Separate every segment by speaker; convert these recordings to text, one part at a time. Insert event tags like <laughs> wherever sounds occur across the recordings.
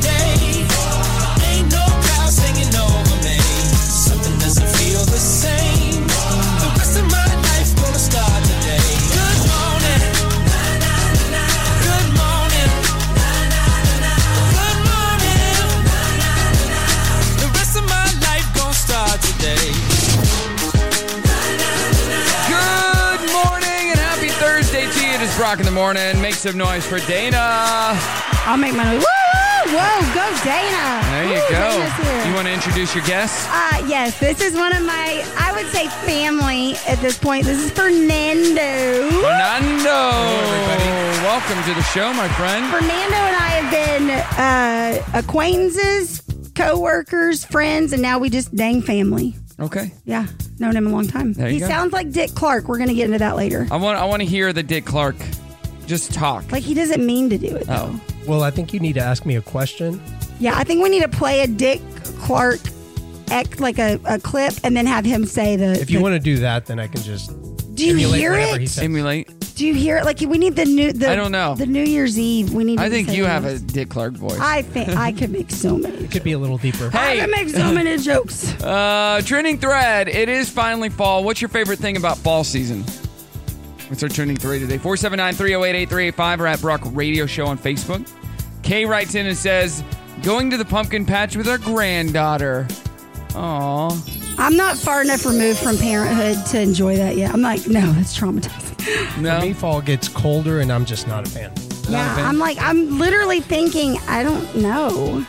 Speaker 1: day. Ain't no clouds hanging over me. Something doesn't feel the same. The rest of my life gonna start today. Good morning. Good morning. Good morning. The rest of my life gonna start today.
Speaker 2: Good morning and happy Thursday to you. It is Brock in the morning. Make some noise for Dana.
Speaker 3: I'll make my noise. Woo! woo, Whoa! Go, Dana.
Speaker 2: There you
Speaker 3: Woo,
Speaker 2: go.
Speaker 3: Dana's here.
Speaker 2: You want to introduce your guests?
Speaker 3: uh, yes, this is one of my, I would say, family at this point. This is Fernando.
Speaker 2: Fernando. Welcome to the show, my friend.
Speaker 3: Fernando and I have been uh, acquaintances, co-workers, friends, and now we just dang family.
Speaker 2: Okay.
Speaker 3: Yeah, known him a long time.
Speaker 2: There you
Speaker 3: he
Speaker 2: go.
Speaker 3: sounds like Dick Clark. We're gonna get into that later.
Speaker 2: I want I want to hear the Dick Clark just talk.
Speaker 3: Like he doesn't mean to do it. though.
Speaker 2: Oh.
Speaker 4: Well, I think you need to ask me a question.
Speaker 3: Yeah, I think we need to play a Dick Clark. Act like a, a clip and then have him say the.
Speaker 4: If you
Speaker 3: the-
Speaker 4: want to do that, then I can just
Speaker 3: do you
Speaker 4: emulate
Speaker 3: hear
Speaker 4: whatever
Speaker 3: it?
Speaker 4: he says.
Speaker 2: Emulate.
Speaker 3: Do you hear it? Like we need the new. The,
Speaker 2: I don't know.
Speaker 3: The New Year's Eve. We need.
Speaker 2: I
Speaker 3: to
Speaker 2: think
Speaker 3: say
Speaker 2: you have a
Speaker 3: this.
Speaker 2: Dick Clark voice.
Speaker 3: I
Speaker 2: <laughs>
Speaker 3: think I could make so many.
Speaker 4: Could be a little deeper.
Speaker 3: I
Speaker 2: Hey,
Speaker 3: could make so many jokes.
Speaker 2: uh, trending thread. It is finally fall. What's your favorite thing about fall season? What's our trending thread today? 479 308 8385 or at Brock Radio Show on Facebook. Kay writes in and says, Going to the pumpkin patch with our granddaughter. Aw.
Speaker 3: I'm not far enough removed from parenthood to enjoy that yet. I'm like, no, that's traumatizing.
Speaker 2: No.
Speaker 4: For me, fall gets colder, and I'm just not a fan.
Speaker 3: Yeah,
Speaker 2: fan?
Speaker 3: I'm like, I'm literally thinking, I don't know.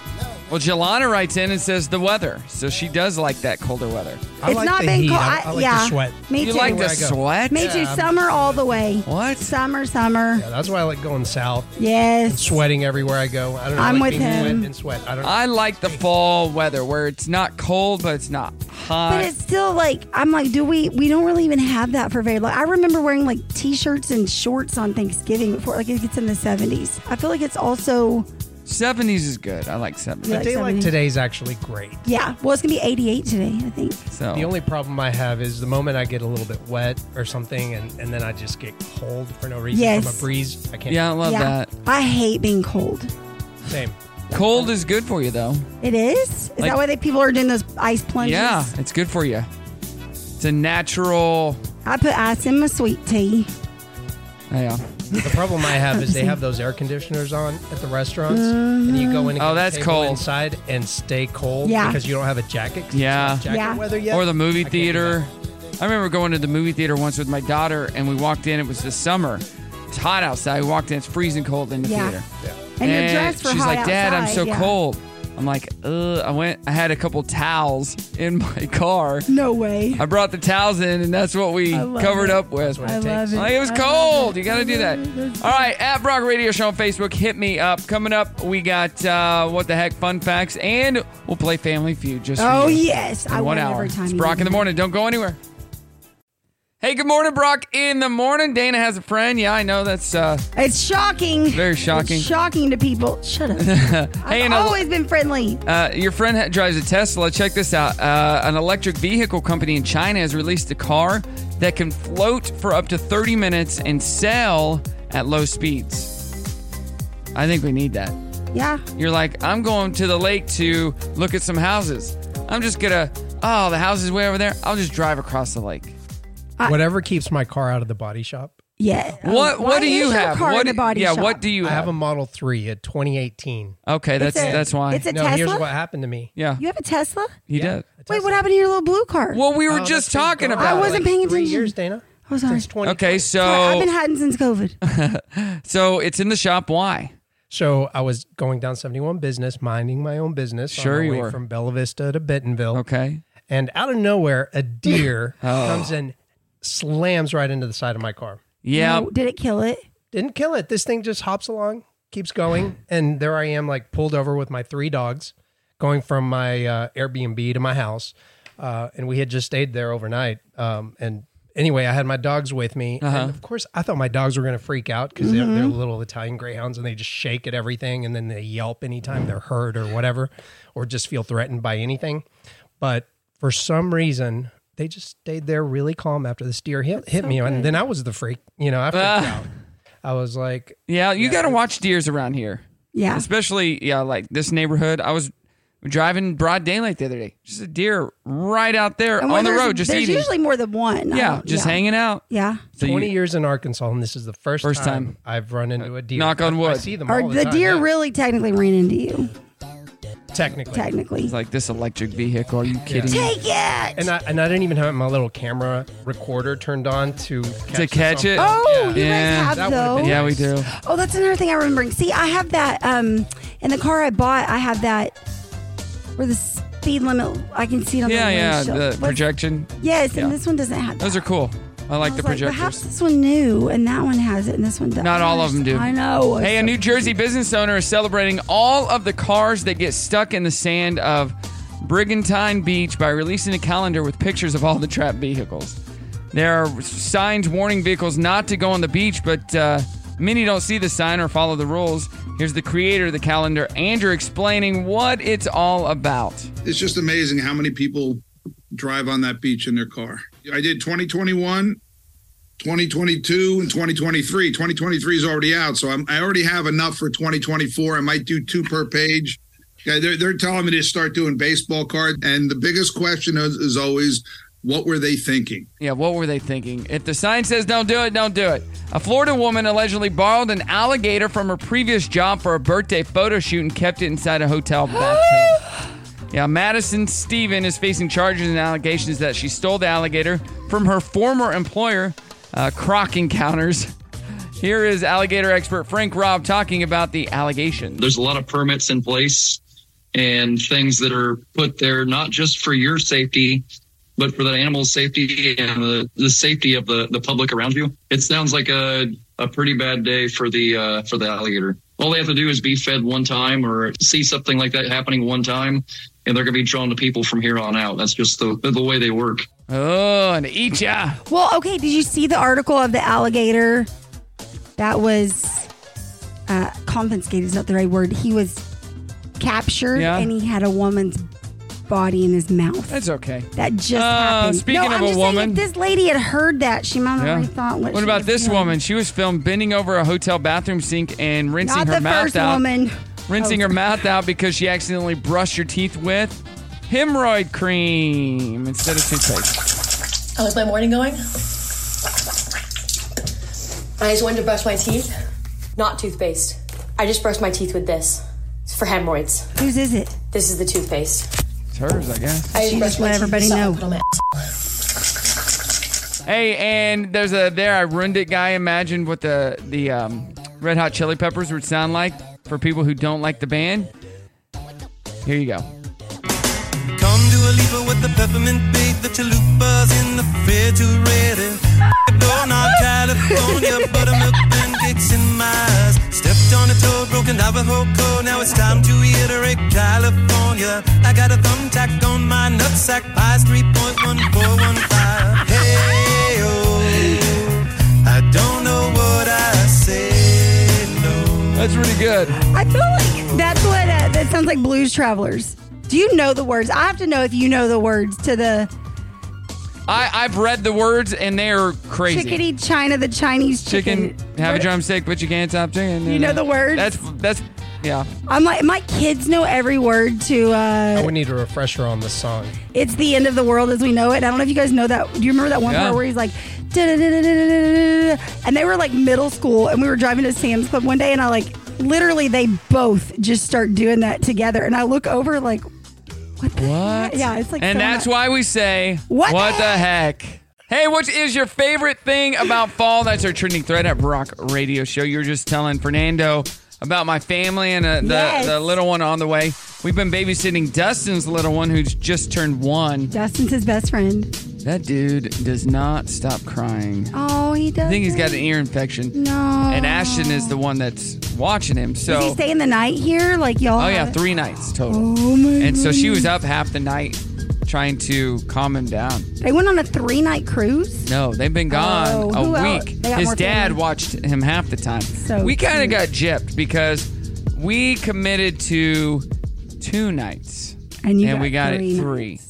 Speaker 2: Well, Jelana writes in and says the weather. So she does like that colder weather.
Speaker 4: I
Speaker 3: it's
Speaker 4: like
Speaker 3: not
Speaker 4: the
Speaker 3: been
Speaker 4: heat.
Speaker 3: cold.
Speaker 4: I, I like
Speaker 3: yeah,
Speaker 4: the sweat.
Speaker 3: Me
Speaker 2: you
Speaker 3: too.
Speaker 2: like to
Speaker 4: Where I go.
Speaker 2: sweat?
Speaker 3: me too. Summer all the way.
Speaker 2: Um, What?
Speaker 3: Summer, summer.
Speaker 4: Yeah, that's why I like going south.
Speaker 3: Yes.
Speaker 4: Sweating everywhere I go. I don't know. I
Speaker 3: I'm
Speaker 4: like
Speaker 3: with
Speaker 4: being
Speaker 3: him.
Speaker 4: Wet and sweat. I don't know.
Speaker 2: I like the fall weather where it's not cold, but it's not hot.
Speaker 3: But it's still like I'm like, do we? We don't really even have that for very long. I remember wearing like t-shirts and shorts on Thanksgiving before, like it gets in the 70s. I feel like it's also
Speaker 2: 70s is good. I like 70s.
Speaker 3: Yeah.
Speaker 4: a
Speaker 3: like
Speaker 4: day like
Speaker 3: 70.
Speaker 4: today's actually great.
Speaker 3: yeah. Well, it's gonna be 88 today, I think.
Speaker 2: So
Speaker 4: The only problem I have is the moment I get a little bit wet or something, and, and then I just get cold for no reason
Speaker 3: Yes.
Speaker 4: from a breeze. I can't.
Speaker 2: Yeah, I love
Speaker 3: yeah.
Speaker 2: that.
Speaker 3: I hate being cold.
Speaker 4: Same.
Speaker 2: Cold is good for you though.
Speaker 3: It is. Is
Speaker 2: Like-
Speaker 3: that why they people are doing those ice plunges?
Speaker 2: Yeah, it's good for you. It's a natural
Speaker 3: I put ice in my sweet tea.
Speaker 2: yeah.
Speaker 4: The problem I have is they have those air conditioners on at the restaurants, and you go in. And
Speaker 2: Oh,
Speaker 4: get a
Speaker 2: that's
Speaker 4: table
Speaker 2: cold.
Speaker 4: Inside and stay cold
Speaker 3: Yeah.
Speaker 4: because you don't have a jacket. 'cause it's
Speaker 2: Yeah.
Speaker 4: not jacket
Speaker 3: Yeah.
Speaker 4: weather yet.
Speaker 2: Or the
Speaker 4: I
Speaker 2: movie
Speaker 4: can't do
Speaker 2: theater. I remember going to the movie theater once with my daughter and we walked in, it was the summer. It's hot outside. We walked in, it's freezing cold in the
Speaker 3: Yeah.
Speaker 2: theater.
Speaker 3: And, you're dressed for
Speaker 2: she's
Speaker 3: hot
Speaker 2: like, Dad, I'm
Speaker 3: outside."
Speaker 2: so
Speaker 3: Yeah.
Speaker 2: cold. I'm like, Ugh. I went I had a couple towels in <laughs> my car.
Speaker 3: No way.
Speaker 2: I brought the towels in and that's what we
Speaker 3: I love
Speaker 2: covered
Speaker 3: it.
Speaker 2: up with.
Speaker 4: I
Speaker 3: love it.
Speaker 2: Like it was
Speaker 3: I
Speaker 2: cold.
Speaker 3: love it.
Speaker 2: You got to do
Speaker 3: I
Speaker 2: that.
Speaker 3: love it.
Speaker 2: All right, at Brock Radio Show on Facebook, hit me up. Coming up, we got uh, what the heck fun facts, and we'll play Family Feud just for
Speaker 3: Oh
Speaker 2: you
Speaker 3: yes,
Speaker 2: in
Speaker 3: I
Speaker 2: one
Speaker 3: win
Speaker 2: hour.
Speaker 3: every time.
Speaker 2: it's
Speaker 3: you
Speaker 2: Brock
Speaker 3: do
Speaker 2: in the
Speaker 3: that.
Speaker 2: morning. Don't go anywhere. Hey, good morning, Brock. In the morning, Dana has a friend. Yeah, I know that's. Uh,
Speaker 3: It's shocking.
Speaker 2: Very shocking.
Speaker 3: It's shocking to people. Shut
Speaker 2: <laughs>
Speaker 3: up.
Speaker 2: hey,
Speaker 3: I've
Speaker 2: and a-
Speaker 3: always been friendly.
Speaker 2: Uh, your friend ha- drives a Tesla. Check this out. Uh, an electric vehicle company in China has released a car that can float for up to 30 minutes and sail at low speeds. I think we need that.
Speaker 3: Yeah.
Speaker 2: You're like, I'm going to the lake to look at some houses. I'm just gonna, oh, the house is way over there. I'll just drive across the lake.
Speaker 4: that. Whatever keeps my car out of the body shop.
Speaker 3: Yeah.
Speaker 2: What?
Speaker 3: Oh, Why
Speaker 2: what do
Speaker 3: is
Speaker 2: you
Speaker 3: your
Speaker 2: have?
Speaker 3: Car
Speaker 2: what?
Speaker 3: in
Speaker 2: do-
Speaker 3: the body
Speaker 2: yeah.
Speaker 3: shop?
Speaker 2: What do you
Speaker 4: I have
Speaker 2: have?
Speaker 4: a Model 3 a 2018.
Speaker 2: okay, that's
Speaker 3: a-
Speaker 2: that's why.
Speaker 3: it's a-
Speaker 4: no, here's
Speaker 3: Tesla?
Speaker 4: what happened to me.
Speaker 2: yeah,
Speaker 3: You have a Tesla?
Speaker 2: he
Speaker 4: Yeah,
Speaker 2: did.
Speaker 4: a
Speaker 3: Wait,
Speaker 4: Tesla.
Speaker 3: what happened to your little blue cart?
Speaker 2: Well, we were
Speaker 4: Oh,
Speaker 2: just
Speaker 4: that's been
Speaker 2: talking
Speaker 4: gone
Speaker 2: about.
Speaker 3: I
Speaker 2: it.
Speaker 3: wasn't paying
Speaker 4: Three
Speaker 3: attention.
Speaker 4: years, Dana.
Speaker 3: Oh, sorry.
Speaker 4: Since 20.
Speaker 3: <laughs>
Speaker 2: Okay, so
Speaker 3: Sorry, I've been hiding since COVID.
Speaker 2: so it's in the shop. Why?
Speaker 4: So I was going down 71 business, minding my own business.
Speaker 2: Sure
Speaker 4: on my
Speaker 2: you
Speaker 4: way
Speaker 2: were.
Speaker 4: From Bella Vista to Bentonville.
Speaker 2: Okay.
Speaker 4: And out of nowhere, a deer comes and slams right into the side of my car.
Speaker 2: Yeah.
Speaker 3: No, did it kill it?
Speaker 4: Didn't kill it. This thing just hops along, keeps going. And there I am, like pulled over with my three dogs, going from my uh, Airbnb to my house. Uh, and we had just stayed there overnight. Um, and anyway, I had my dogs with me, and of course, I thought my dogs were going to freak out because they're, they're little Italian greyhounds and they just shake at everything, and then they yelp anytime they're hurt or whatever, or just feel threatened by anything. But for some reason, they just stayed there really calm after this deer hit, hit me, and then I was the freak. You know, I freaked
Speaker 2: Ah.
Speaker 4: out. I was like,
Speaker 2: Yeah, you got to watch deers around here,
Speaker 3: Yeah.
Speaker 2: especially yeah, like this neighborhood. I was driving broad daylight the other day, just a deer right out there
Speaker 3: And
Speaker 2: on
Speaker 3: when
Speaker 2: the
Speaker 3: there's-
Speaker 2: road, just
Speaker 3: there's
Speaker 2: eating.
Speaker 3: usually more than one. um, I
Speaker 2: yeah,
Speaker 3: don't-
Speaker 2: just hanging out.
Speaker 3: Yeah.
Speaker 2: So you-
Speaker 4: 20 years in Arkansas, and this is the first,
Speaker 2: First
Speaker 4: time,
Speaker 2: time.
Speaker 4: I've run into a deer.
Speaker 2: Knock on
Speaker 4: I- I
Speaker 2: wood.
Speaker 4: see them all
Speaker 3: Or
Speaker 4: the,
Speaker 3: the
Speaker 4: time,
Speaker 3: deer
Speaker 4: yeah.
Speaker 3: really technically ran into you,
Speaker 4: technically.
Speaker 3: technically.
Speaker 2: It's like mm. this electric vehicle. Are you kidding? me?
Speaker 3: Take it.
Speaker 4: and I, and I didn't even have my little camera recorder turned on to catch
Speaker 2: To catch it.
Speaker 3: Oh, you
Speaker 2: Yeah.
Speaker 3: guys
Speaker 4: That
Speaker 3: have
Speaker 4: would've been
Speaker 3: those.
Speaker 2: Yeah, we do.
Speaker 3: Oh, that's another thing I'm remembering. See, I have that um in the car I bought. I have that where the speed limit I can see it on
Speaker 2: Yeah,
Speaker 3: the
Speaker 2: yeah,
Speaker 3: windshield.
Speaker 2: the
Speaker 3: What-
Speaker 2: projection.
Speaker 3: Yes,
Speaker 2: yeah.
Speaker 3: and this one doesn't have.
Speaker 2: Those
Speaker 3: that.
Speaker 2: are cool. I
Speaker 3: I
Speaker 2: like
Speaker 3: was
Speaker 2: the
Speaker 3: but how's
Speaker 2: projectors.
Speaker 3: this one new and that one has it and this one doesn't?
Speaker 2: Not all of them do.
Speaker 3: I know.
Speaker 2: Hey, a New Jersey business owner is celebrating all of the cars that get stuck in the sand of Brigantine Beach by releasing a calendar with pictures of all the trapped vehicles. There are signs warning vehicles not to go on the beach, but uh, many don't see the sign or follow the rules. Here's the creator of the calendar, Andrew, explaining what it's all about.
Speaker 5: it's just amazing how many people drive on that beach in their car. I did 2021, 2022, and 2023. 2023 is already out, so I'm, I already have enough for 2024. I might do two per page. Yeah, they're, they're telling me to start doing baseball cards. And the biggest question is, is always, what were they thinking?
Speaker 2: Yeah, what were they thinking? If the sign says don't do it, don't do it. A Florida woman allegedly borrowed an alligator from her previous job for a birthday photo shoot and kept it inside a hotel bathtub.
Speaker 3: <gasps>
Speaker 2: yeah, Madison Steven is facing charges and allegations that she stole the alligator from her former employer, uh, Croc Encounters. Here is alligator expert Frank Robb talking about the allegations.
Speaker 6: there's a lot of permits in place and things that are put there not just for your safety but for the animal's safety and the, the safety of the, the public around you it sounds like a, a pretty bad day for the uh, for the alligator all they have to do is be fed one time or see something like that happening one time and they're going to be drawn to people from here on out that's just the, the way they work
Speaker 2: Oh, and eat ya.
Speaker 3: Well, okay. Did you see the article of the alligator that was uh, confiscated? Is not the right word. He was captured
Speaker 2: Yeah.
Speaker 3: and he had a woman's body in his mouth.
Speaker 2: That's okay.
Speaker 3: that just
Speaker 2: Uh,
Speaker 3: happened.
Speaker 2: speaking
Speaker 3: no,
Speaker 2: of
Speaker 3: I'm
Speaker 2: a
Speaker 3: just saying,
Speaker 2: woman-
Speaker 3: if this lady had heard that, she might have
Speaker 2: Yeah.
Speaker 3: rethought what.
Speaker 2: What
Speaker 3: she
Speaker 2: about
Speaker 3: was
Speaker 2: this
Speaker 3: doing.
Speaker 2: woman? She was filmed bending over a hotel bathroom sink and rinsing
Speaker 3: Not
Speaker 2: her
Speaker 3: the
Speaker 2: mouth
Speaker 3: first
Speaker 2: out.
Speaker 3: woman.
Speaker 2: rinsing
Speaker 3: Oh.
Speaker 2: her mouth out because she accidentally brushed her teeth with hemorrhoid cream instead of toothpaste.
Speaker 7: How is my morning going? I just wanted to brush my teeth. Not toothpaste. I just brushed my teeth with this. It's for hemorrhoids.
Speaker 3: Whose is it?
Speaker 7: This is the toothpaste.
Speaker 2: It's hers, I guess.
Speaker 7: I just
Speaker 3: She
Speaker 7: brushed
Speaker 3: just
Speaker 7: my
Speaker 3: let
Speaker 7: teeth with
Speaker 3: everybody
Speaker 7: something
Speaker 3: know.
Speaker 7: I put on my ass.
Speaker 2: Hey, and there's a there I ruined it guy imagined what the the um, Red Hot Chili Peppers would sound like for people who don't like the band. Here you go.
Speaker 1: Come to a leaper with the peppermint bait, the chalupas in the refrigerator. Doorknob California, buttermilk pancakes in my eyes. Stepped on a toe, broken Navajo code. Now it's time to reiterate California. I got a thumbtack on my nutsack, pies 3.1415. Hey, oh, I don't know what I said, no.
Speaker 2: That's really good.
Speaker 3: I feel like that's what uh, that sounds like. Blues Travelers. Do you know the words? I have to know if you know the words to the
Speaker 2: I, I've read the words and they are crazy.
Speaker 3: chickadee China, the Chinese
Speaker 2: chicken,
Speaker 3: chicken.
Speaker 2: have a drumstick, but you can't stop chicken.
Speaker 3: You know the
Speaker 2: <laughs>
Speaker 3: words?
Speaker 2: That's that's yeah.
Speaker 3: I'm like my kids know every word to.
Speaker 4: I
Speaker 3: uh
Speaker 4: would need a refresher on the song.
Speaker 3: It's the end of the world as we know it. I don't know if you guys know that. Do you remember that one
Speaker 2: Yeah.
Speaker 3: part where he's like, "Da-da-da-da-da-da-da-da-da-da," and they were like middle school, and we were driving to Sam's Club one day, and I like literally they both just start doing that together, and I look over like, what? The
Speaker 2: What?
Speaker 3: Heck? Yeah, it's like,
Speaker 2: and
Speaker 3: so
Speaker 2: that's
Speaker 3: much.
Speaker 2: why we say,
Speaker 3: What the
Speaker 2: the heck? Hey, what is your favorite thing about fall? That's our trending thread at Rock Radio Show. You were just telling Fernando about my family and uh, the,
Speaker 3: Yes.
Speaker 2: the little one on the way. We've been babysitting Dustin's little one who's just turned one.
Speaker 3: Justin's his best friend.
Speaker 2: That dude does not stop crying.
Speaker 3: Oh, he does.
Speaker 2: I think he's got an ear infection.
Speaker 3: No.
Speaker 2: And Ashton is the one that's watching him. So
Speaker 3: Is he staying the night here? Like y'all?
Speaker 2: Oh yeah,
Speaker 3: have-
Speaker 2: three nights total.
Speaker 3: Oh my
Speaker 2: and so she was up half the night trying to calm him down.
Speaker 3: They went on a three night cruise.
Speaker 2: No, they've been gone
Speaker 3: Oh, who
Speaker 2: a
Speaker 3: else?
Speaker 2: week.
Speaker 3: They got
Speaker 2: His
Speaker 3: more
Speaker 2: dad
Speaker 3: family?
Speaker 2: watched him half the time.
Speaker 3: So
Speaker 2: we kind of
Speaker 3: cute.
Speaker 2: got gypped because we committed to two nights.
Speaker 3: And you
Speaker 2: and
Speaker 3: got
Speaker 2: we got
Speaker 3: three
Speaker 2: it three.
Speaker 3: nights.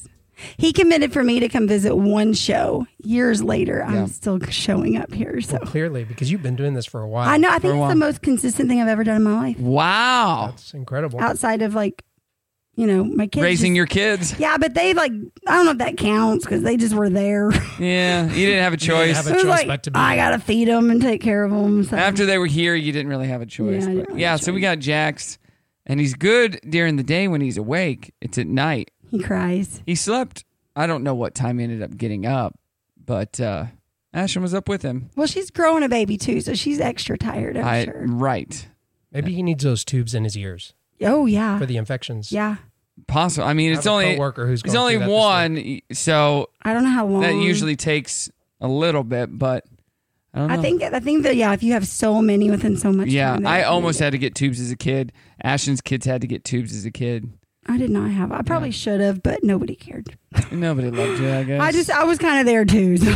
Speaker 3: He committed for me to come visit one show. Years later,
Speaker 2: Yeah.
Speaker 3: I'm still showing up here. So
Speaker 4: Clearly, because you've been doing this for a while.
Speaker 3: I know. I think
Speaker 2: a
Speaker 3: it's
Speaker 2: while.
Speaker 3: the most consistent thing I've ever done in my life
Speaker 2: Wow.
Speaker 4: It's incredible.
Speaker 3: outside of like, you know, my kids.
Speaker 2: Raising
Speaker 3: just-
Speaker 2: your kids.
Speaker 3: <laughs> Yeah, but they like, I don't know if that counts because they just were there. <laughs>
Speaker 2: Yeah. You didn't have a choice.
Speaker 4: have
Speaker 3: It
Speaker 4: a-
Speaker 3: was
Speaker 4: choice
Speaker 3: like,
Speaker 4: but to be
Speaker 3: I
Speaker 4: there.
Speaker 3: got to feed them and take care of them. So.
Speaker 2: After they were here, you didn't really have a choice.
Speaker 3: Yeah, I
Speaker 2: Yeah,
Speaker 3: didn't really
Speaker 2: yeah
Speaker 3: have a
Speaker 2: so we got Jax, and he's good during the day when he's awake. It's at night.
Speaker 3: he cries.
Speaker 2: He slept. I don't know what time he ended up getting up, but uh, Ashton was up with him.
Speaker 3: Well, she's growing a baby too, so she's extra tired, I'm
Speaker 2: I,
Speaker 3: sure.
Speaker 2: Right.
Speaker 4: Maybe he needs those tubes in his ears
Speaker 3: Oh, yeah.
Speaker 4: for the infections.
Speaker 3: Yeah.
Speaker 2: Possible. I mean,
Speaker 4: I
Speaker 2: it's
Speaker 4: have a
Speaker 2: only
Speaker 4: coworker who's
Speaker 2: it's
Speaker 4: going
Speaker 2: only
Speaker 4: through that this
Speaker 2: one, so
Speaker 3: I don't know how long.
Speaker 2: that usually takes a little bit. But I don't know.
Speaker 3: I think I think that yeah, if you have so many within so much
Speaker 2: yeah,
Speaker 3: time. that-
Speaker 2: I almost had to get tubes as a kid. Ashton's kids had to get tubes as a kid.
Speaker 3: I did not have. I probably should have, but nobody cared.
Speaker 2: Nobody loved you, I guess.
Speaker 3: I just I was kind of there too. So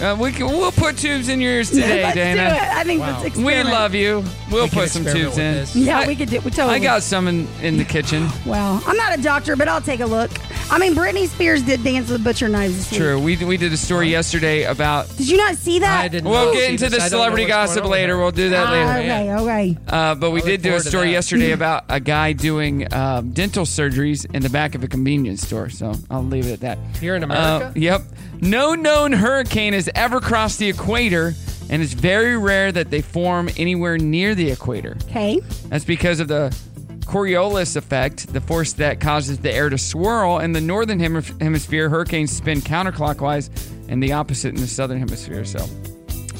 Speaker 2: uh, we can, we'll put tubes in
Speaker 3: <laughs>
Speaker 2: yours today,
Speaker 3: let's do
Speaker 2: Dana.
Speaker 3: it. I think
Speaker 4: Wow.
Speaker 3: let's
Speaker 2: We
Speaker 3: experiment.
Speaker 2: love you. We'll
Speaker 4: We can
Speaker 2: put some
Speaker 4: experiment
Speaker 2: tubes
Speaker 4: with
Speaker 2: in.
Speaker 4: this.
Speaker 3: Yeah,
Speaker 2: I-
Speaker 3: we could do. We totally.
Speaker 2: I got some in, in the kitchen.
Speaker 3: Wow, I'm not a doctor, but I'll take a look. I mean, Britney Spears did dance with butcher knives. This week.
Speaker 2: True. We we did a story yesterday about.
Speaker 3: Did you not see that?
Speaker 4: I did not
Speaker 2: We'll
Speaker 4: see
Speaker 2: get into
Speaker 4: this.
Speaker 2: the
Speaker 4: I don't know
Speaker 2: celebrity
Speaker 4: what's going
Speaker 2: gossip
Speaker 4: on with
Speaker 2: later.
Speaker 4: her.
Speaker 2: We'll do that
Speaker 3: Ah,
Speaker 2: later.
Speaker 3: okay, okay.
Speaker 2: Uh, but we
Speaker 4: I
Speaker 2: did
Speaker 4: look
Speaker 2: do a
Speaker 4: forward to
Speaker 2: story
Speaker 4: that. <laughs>
Speaker 2: yesterday about a guy doing um, dental surgeries in the back of a convenience store. So I'll leave it at that.
Speaker 4: Here in
Speaker 2: Uh,
Speaker 4: America?
Speaker 2: yep. No known hurricane has ever crossed the equator, and it's very rare that they form anywhere near the equator.
Speaker 3: Okay.
Speaker 2: That's because of the Coriolis effect, the force that causes the air to swirl. In the northern hemi- hemisphere, hurricanes spin counterclockwise, and the opposite in the southern hemisphere. So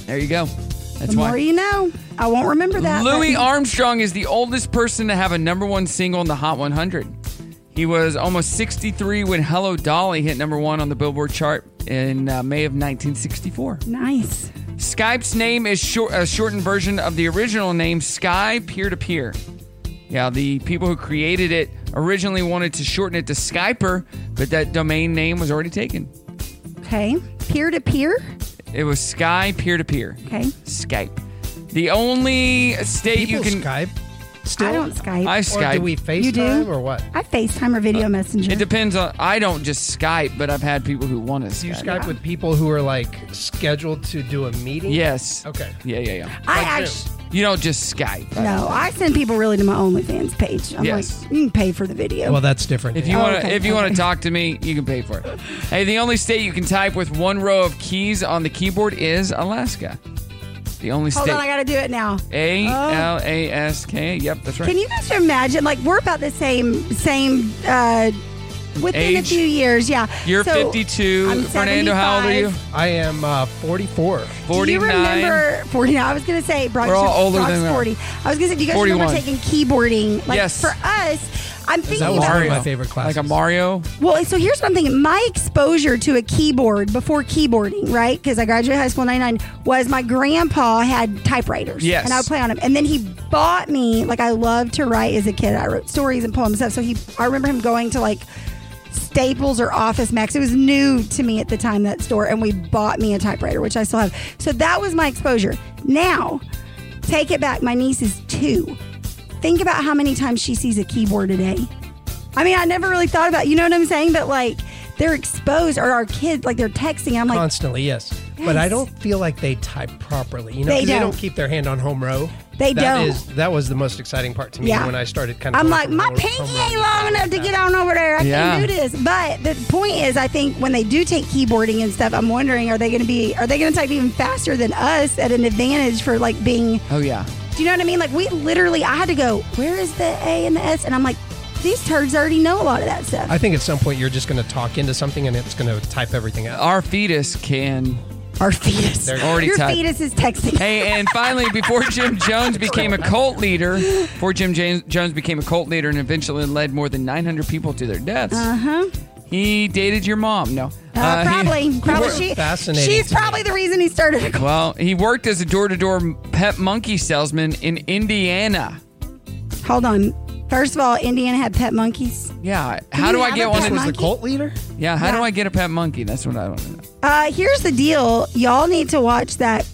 Speaker 2: there you go. That's
Speaker 3: The
Speaker 2: why.
Speaker 3: more you know. I won't remember that. but-
Speaker 2: Louis Armstrong is the oldest person to have a number one single in the Hot 100. He was almost 63 when Hello Dolly hit number one on the Billboard chart in uh, May of 1964.
Speaker 3: Nice.
Speaker 2: Skype's name is short, a shortened version of the original name, Sky Peer to Peer. Yeah, the people who created it originally wanted to shorten it to Skyper, but that domain name was already taken.
Speaker 3: Okay. Peer to peer.
Speaker 2: It was Sky Peer to Peer.
Speaker 3: Okay.
Speaker 2: Skype. The only state
Speaker 4: People
Speaker 2: you can.
Speaker 4: Skype. Still,
Speaker 3: I don't Skype.
Speaker 2: I
Speaker 4: Or
Speaker 2: Skype.
Speaker 4: do we FaceTime
Speaker 3: You do?
Speaker 4: or what?
Speaker 3: I FaceTime or video messenger.
Speaker 2: It depends on. I don't just Skype, but I've had people who want to Skype.
Speaker 4: Do you Skype with people who are like scheduled to do a meeting?
Speaker 2: Yes.
Speaker 4: Okay.
Speaker 2: Yeah, yeah, yeah.
Speaker 3: I
Speaker 4: Like
Speaker 3: actually.
Speaker 2: You don't just Skype.
Speaker 3: No, I send people really to my OnlyFans page. I'm
Speaker 2: Yes.
Speaker 3: like, you can pay for the video.
Speaker 4: Well, that's different.
Speaker 2: If you
Speaker 3: Oh,
Speaker 2: want to,
Speaker 3: okay,
Speaker 2: if you want
Speaker 3: okay. <laughs>
Speaker 2: to talk to me, you can pay for it. Hey, the only state you can type with one row of keys on the keyboard is Alaska. The only
Speaker 3: Hold
Speaker 2: state.
Speaker 3: on, I gotta do it now.
Speaker 2: A L A S K. Yep, that's right.
Speaker 3: Can you guys imagine? Like, we're about the same, same, uh, within a
Speaker 2: Age?
Speaker 3: few years. Yeah.
Speaker 2: You're
Speaker 3: So,
Speaker 2: 52.
Speaker 3: I'm
Speaker 2: Fernando, how old are you?
Speaker 3: 75.
Speaker 4: I am uh, 44.
Speaker 3: Do
Speaker 2: 49.
Speaker 3: you remember 40? I was gonna say Brock's,
Speaker 2: We're all older
Speaker 3: Brock's
Speaker 2: than that.
Speaker 3: 40. I was gonna say, do you guys
Speaker 2: 41.
Speaker 3: remember taking keyboarding? Like
Speaker 2: Yes.
Speaker 3: for us, I'm thinking
Speaker 4: that was
Speaker 3: about-
Speaker 4: one of my favorite classes.
Speaker 2: Like a Mario.
Speaker 3: Well, so here's what I'm thinking. My exposure to a keyboard before keyboarding, right? Because I graduated high school in 99, was my grandpa had typewriters.
Speaker 2: Yes.
Speaker 3: And I would play on them. And then he bought me, like, I loved to write as a kid. I wrote stories and poems and stuff. So he, I remember him going to, like, Staples or Office Max. It was new to me at the time, that store. And we bought me a typewriter, which I still have. So that was my exposure. Now, take it back. My niece is two. Think about how many times she sees a keyboard a day. I mean, I never really thought about, you know what I'm saying? But like, they're exposed, or our kids, like they're texting. I'm like,
Speaker 4: Constantly, yes. But I
Speaker 3: Yes.
Speaker 4: don't feel like they type properly. You know,
Speaker 3: They
Speaker 4: 'cause they
Speaker 3: don't.
Speaker 4: don't keep their hand on home row.
Speaker 3: They
Speaker 4: That
Speaker 3: don't.
Speaker 4: is- that was the most exciting part to me
Speaker 3: Yeah.
Speaker 4: when I started kind of.
Speaker 3: I'm
Speaker 4: going
Speaker 3: like,
Speaker 4: from
Speaker 3: my
Speaker 4: home- home
Speaker 3: pinky
Speaker 4: row
Speaker 3: ain't long enough to get on over there. I
Speaker 2: Yeah.
Speaker 3: can't do this. But the point is, I think when they do take keyboarding and stuff, I'm wondering, are they going to be, are they going to type even faster than us at an advantage for like being,
Speaker 2: Oh yeah.
Speaker 3: do you know what I mean? Like, we literally, I had to go, where is the A and the S? And I'm like, these turds already know a lot of that stuff.
Speaker 4: I think at some point you're just going to talk into something and it's going to type everything out.
Speaker 2: Our fetus can
Speaker 3: Our fetus.
Speaker 2: already
Speaker 3: Your
Speaker 2: type.
Speaker 3: fetus is texting.
Speaker 2: Hey, and finally, before Jim Jones became a cult leader, before Jim James, Jones became a cult leader and eventually led more than 900 people to their deaths,
Speaker 3: Uh-huh.
Speaker 2: he dated your mom. No,
Speaker 3: Uh,
Speaker 2: Uh, he-
Speaker 3: probably. probably she,
Speaker 4: Fascinating
Speaker 3: She's
Speaker 4: to me.
Speaker 3: probably the reason he started a
Speaker 2: well, he worked as a door-to-door pet monkey salesman in Indiana.
Speaker 3: Hold on. First of all, Indiana had pet monkeys.
Speaker 2: Yeah. How
Speaker 3: you
Speaker 2: do I
Speaker 3: have
Speaker 2: get
Speaker 3: a
Speaker 2: one?
Speaker 3: pet
Speaker 2: of
Speaker 4: was
Speaker 2: these-
Speaker 4: the
Speaker 3: Monkey?
Speaker 4: cult leader?
Speaker 2: Yeah. How do
Speaker 3: Yeah.
Speaker 2: I get a pet monkey? That's what I want to know.
Speaker 3: Uh, here's the deal. Y'all need to watch that.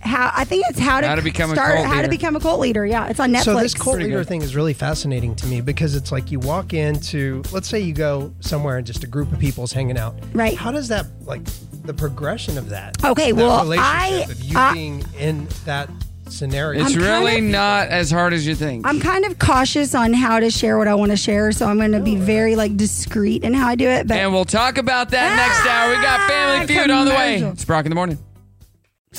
Speaker 3: How I think it's how to,
Speaker 2: How to Become a
Speaker 3: start,
Speaker 2: Cult
Speaker 3: how
Speaker 2: Leader.
Speaker 3: to become a cult leader. Yeah, it's on Netflix.
Speaker 4: So this cult
Speaker 2: Pretty
Speaker 4: leader
Speaker 2: good.
Speaker 4: thing is really fascinating to me because it's like you walk into, let's say you go somewhere and just a group of people's hanging out.
Speaker 3: Right.
Speaker 4: How does that like the progression of that?
Speaker 3: Okay,
Speaker 4: that
Speaker 3: well,
Speaker 4: relationship
Speaker 3: I-
Speaker 4: of you
Speaker 3: I-
Speaker 4: being in that scenario.
Speaker 2: It's
Speaker 3: I'm kind
Speaker 2: really
Speaker 3: of-
Speaker 2: not as hard as you think.
Speaker 3: I'm kind of cautious on how to share what I want to share, so I'm going to be very like discreet in how I do it. But
Speaker 2: Oh. and we'll talk about that next
Speaker 3: Ah,
Speaker 2: hour. We got Family Feud on the way.
Speaker 3: commercial.
Speaker 2: It's Brock in the morning.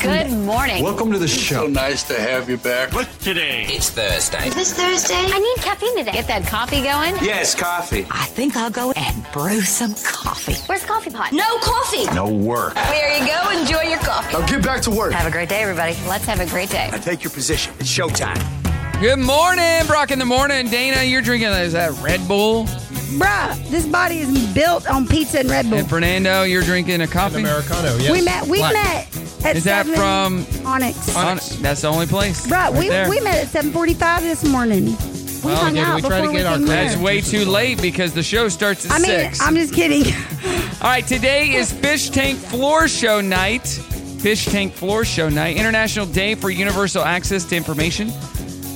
Speaker 8: Good morning.
Speaker 9: Welcome to the show.
Speaker 10: Nice to have you back.
Speaker 1: It's Thursday.
Speaker 8: This Thursday, I need caffeine today. Get that coffee going.
Speaker 9: Yes, coffee.
Speaker 8: I think I'll go and brew some coffee. Where's the coffee pot? No coffee.
Speaker 9: No work.
Speaker 8: There you go. Enjoy your coffee.
Speaker 9: Now get back to work.
Speaker 8: Have a great day, everybody. Let's have a great day.
Speaker 9: Now take your position. It's showtime.
Speaker 2: Good morning, Brock in the morning. Dana, you're drinking, is that Red Bull?
Speaker 3: bruh, this body is built on pizza and Red Bull.
Speaker 2: And Fernando, you're drinking a
Speaker 4: An
Speaker 2: coffee?
Speaker 4: Americano, yes.
Speaker 3: We met. We
Speaker 4: Black.
Speaker 3: met. At
Speaker 2: Is that
Speaker 3: 7
Speaker 2: from-
Speaker 3: Onyx?
Speaker 2: On- that's the only place.
Speaker 3: Bruh,
Speaker 2: right
Speaker 3: we,
Speaker 2: there.
Speaker 3: we met at 7:45 this morning. We hung
Speaker 4: yeah, but
Speaker 3: out
Speaker 4: we tried
Speaker 3: before
Speaker 4: to
Speaker 3: we
Speaker 4: get our
Speaker 3: came
Speaker 4: credits.
Speaker 2: That's
Speaker 3: here.
Speaker 2: way too late because the show starts at
Speaker 3: I mean,
Speaker 2: 6.
Speaker 3: I'm just kidding. <laughs>
Speaker 2: All right, today is Fish Tank Floor Show Night. Fish Tank Floor Show Night. International Day for Universal Access to Information.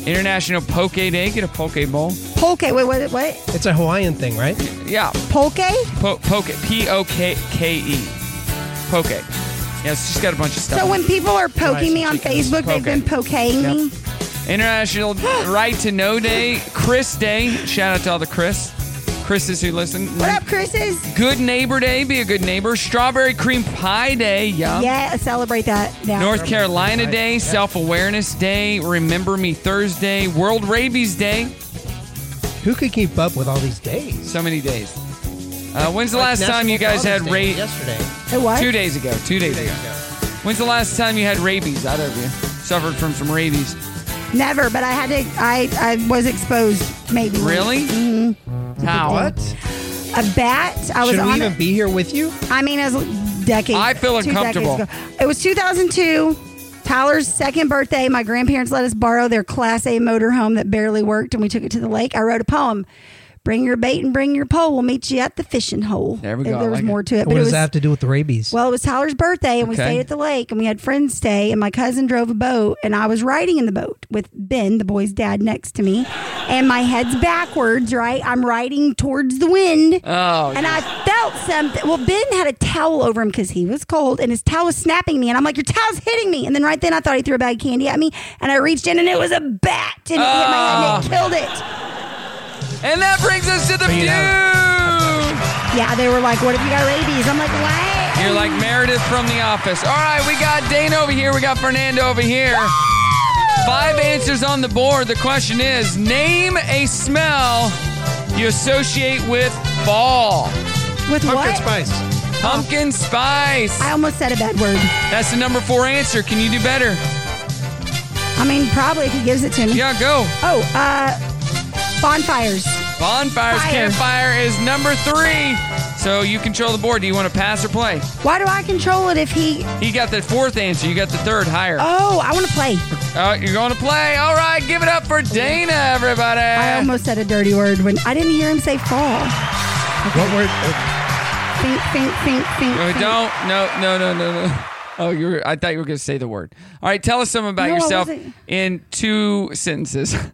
Speaker 2: International Poke Day. Get a poke bowl.
Speaker 3: Polke. Wait, what? What?
Speaker 4: It's a Hawaiian thing, right?
Speaker 2: Yeah,
Speaker 3: Polke?
Speaker 2: po- poke. P O K K E. Poke. Yeah, it's just got a bunch of stuff.
Speaker 3: So when people are poking me on Facebook, they've been poking me.
Speaker 2: International Right to Know Day. Chris Day. Shout out to all the Chris. Chris's who listen.
Speaker 3: What up, Chris's?
Speaker 2: Good Neighbor Day. Be a good neighbor. Strawberry Cream Pie Day. Yum.
Speaker 3: Yeah, celebrate that now.
Speaker 2: North Carolina Day, Self Awareness Day, Remember Me Thursday, World Rabies Day.
Speaker 4: Who could keep up with all these days?
Speaker 2: So many days. Uh, when's the
Speaker 4: Like
Speaker 2: last time
Speaker 4: National
Speaker 2: you guys had
Speaker 4: Father's Day
Speaker 2: rabies?
Speaker 4: yesterday.
Speaker 3: Hey, what?
Speaker 2: Two days ago. Two days ago. When's the last time you had rabies? Either of you suffered from some rabies?
Speaker 3: Never, but I had to. I I was exposed. Maybe
Speaker 2: Really?
Speaker 3: Mm-hmm.
Speaker 2: How?
Speaker 4: What?
Speaker 3: a bat. I was
Speaker 4: Should we
Speaker 3: on.
Speaker 4: even be here with you?
Speaker 3: I mean, as decades.
Speaker 2: I feel
Speaker 3: two
Speaker 2: uncomfortable.
Speaker 3: decades ago. It was 2002. Tyler's second birthday, my grandparents let us borrow their Class A motorhome that barely worked, and we took it to the lake. I wrote a poem: "Bring your bait and bring your pole. We'll meet you at the fishing hole."
Speaker 2: There we go. I
Speaker 3: There was
Speaker 2: like it.
Speaker 3: more to it.
Speaker 4: What
Speaker 3: it
Speaker 4: does
Speaker 3: was,
Speaker 4: that have to do with the rabies?
Speaker 3: Well, it was Tyler's birthday, and we
Speaker 2: Okay.
Speaker 3: stayed at the lake, and we had friends stay, and my cousin drove a boat, and I was riding in the boat with Ben, the boy's dad, next to me, and my head's backwards, right? I'm riding towards the wind.
Speaker 2: Oh,
Speaker 3: And I felt something. Well, Ben had a towel over him because he was cold, and his towel was snapping me. And I'm like, "Your towel's hitting me!" And then right then, I thought he threw a bag of candy at me, and I reached in, and it was a bat, and it hit my
Speaker 2: Oh.
Speaker 3: head, and it killed it.
Speaker 2: and that brings us to the
Speaker 4: Bring it
Speaker 2: feud.
Speaker 3: Yeah, they were like, "What if you got rabies?" I'm like, "What?"
Speaker 2: You're like Meredith from The Office. All right, we got Dana over here. We got Fernando over here. Five answers on the board. The question is name a smell you associate with fall.
Speaker 3: with
Speaker 4: Pumpkin
Speaker 3: what?
Speaker 4: spice.
Speaker 2: Pumpkin spice.
Speaker 3: I almost said a bad word.
Speaker 2: That's the number four answer. Can you do better?
Speaker 3: I mean, probably if he gives it to me.
Speaker 2: Yeah, go.
Speaker 3: Oh, uh, bonfires.
Speaker 2: Bonfires,
Speaker 3: Fire.
Speaker 2: campfire is number three. So you control the board. Do you want to pass or play?
Speaker 3: Why do I control it if he?
Speaker 2: He got the fourth answer. You got the third higher. Oh,
Speaker 3: Oh, I want to play.
Speaker 2: you're going to play. All right, give it up for Dana, everybody.
Speaker 3: I almost said a dirty word when I didn't hear him say fall.
Speaker 4: What word?
Speaker 3: Think, think, think, think.
Speaker 2: No,
Speaker 3: think.
Speaker 2: don't. No, no, no, no, <laughs> no. Oh, you were, I thought you were going to say the word. All right, tell us something about
Speaker 3: No, I
Speaker 2: yourself
Speaker 3: wasn't.
Speaker 2: in two sentences. <laughs>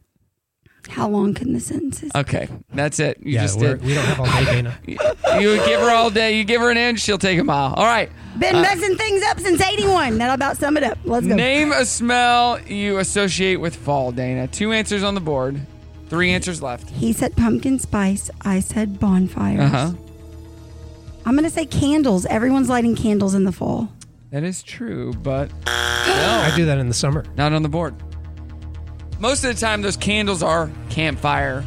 Speaker 3: How long can the sentences?
Speaker 2: Okay, that's it. You
Speaker 4: Yeah,
Speaker 2: just
Speaker 4: we're-
Speaker 2: did.
Speaker 4: we don't have
Speaker 2: <laughs>
Speaker 4: all day, Dana.
Speaker 2: You give her all day. You give her an inch, she'll take a mile. All right.
Speaker 3: Been messing things up since '81. That'll about sum it up. Let's go.
Speaker 2: uh, Name a smell you associate with fall, Dana. Two answers on the board, three answers left.
Speaker 3: He said pumpkin spice. I said bonfires.
Speaker 2: Uh huh.
Speaker 3: I'm gonna say candles. Everyone's lighting candles in the fall.
Speaker 2: That is true, but
Speaker 4: I do that in the summer.
Speaker 2: not on the board. Most of the time, those candles are campfire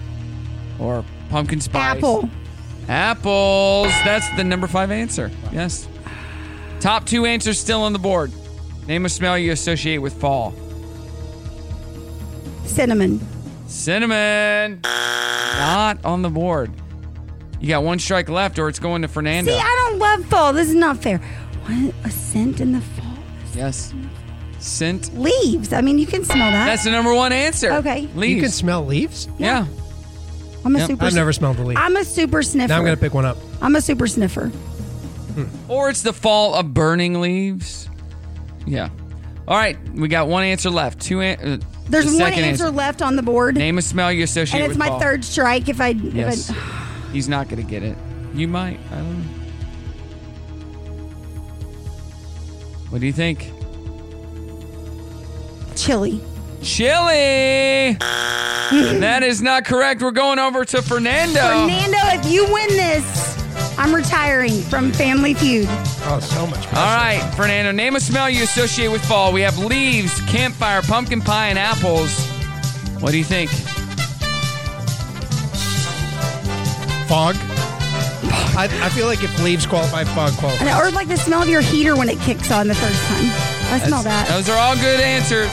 Speaker 2: or pumpkin spice.
Speaker 3: Apple.
Speaker 2: Apples. That's the number five answer. Yes. Top two answers still on the board. Name a smell you associate with fall.
Speaker 3: Cinnamon.
Speaker 2: Cinnamon. Not on the board. You got one strike left, or it's going to Fernando.
Speaker 3: See, I don't love fall. This is not fair. What a scent in the fall.
Speaker 2: yes. Scent.
Speaker 3: Leaves. I mean, you can smell that.
Speaker 2: That's the number one answer.
Speaker 3: Okay. You
Speaker 2: Leaves.
Speaker 4: You can smell leaves.
Speaker 2: yeah.
Speaker 3: I'm a
Speaker 2: Yep.
Speaker 3: super.
Speaker 4: I've never smelled the leaf.
Speaker 3: I'm a super sniffer.
Speaker 4: now I'm gonna pick one up.
Speaker 3: I'm a super sniffer.
Speaker 2: Or it's the fall of burning leaves. Yeah. All right, we got one answer left. Two. An- uh,
Speaker 3: There's
Speaker 2: the
Speaker 3: one
Speaker 2: second
Speaker 3: answer, left on the board,
Speaker 2: Name a smell you associate
Speaker 3: and
Speaker 2: with
Speaker 3: it's my
Speaker 2: fall.
Speaker 3: third strike. If I,
Speaker 2: Yes.
Speaker 3: if I
Speaker 2: He's not going to get it. You might. I don't know. What do you think?
Speaker 3: <sighs> chili.
Speaker 2: Chili. that is not correct. We're going over to
Speaker 4: Oh.
Speaker 2: Fernando.
Speaker 3: Fernando, if you win this, I'm retiring from Family Feud.
Speaker 4: Oh, so much.
Speaker 2: All right, Fernando, name a smell you associate with fall. We have leaves, campfire, pumpkin pie, and apples. What do you think?
Speaker 4: Fog. I, I feel like if leaves qualify, fog
Speaker 3: And,
Speaker 4: qualifies.
Speaker 3: or like the smell of your heater when it kicks on the first time. I smell that.
Speaker 2: Those are all good answers.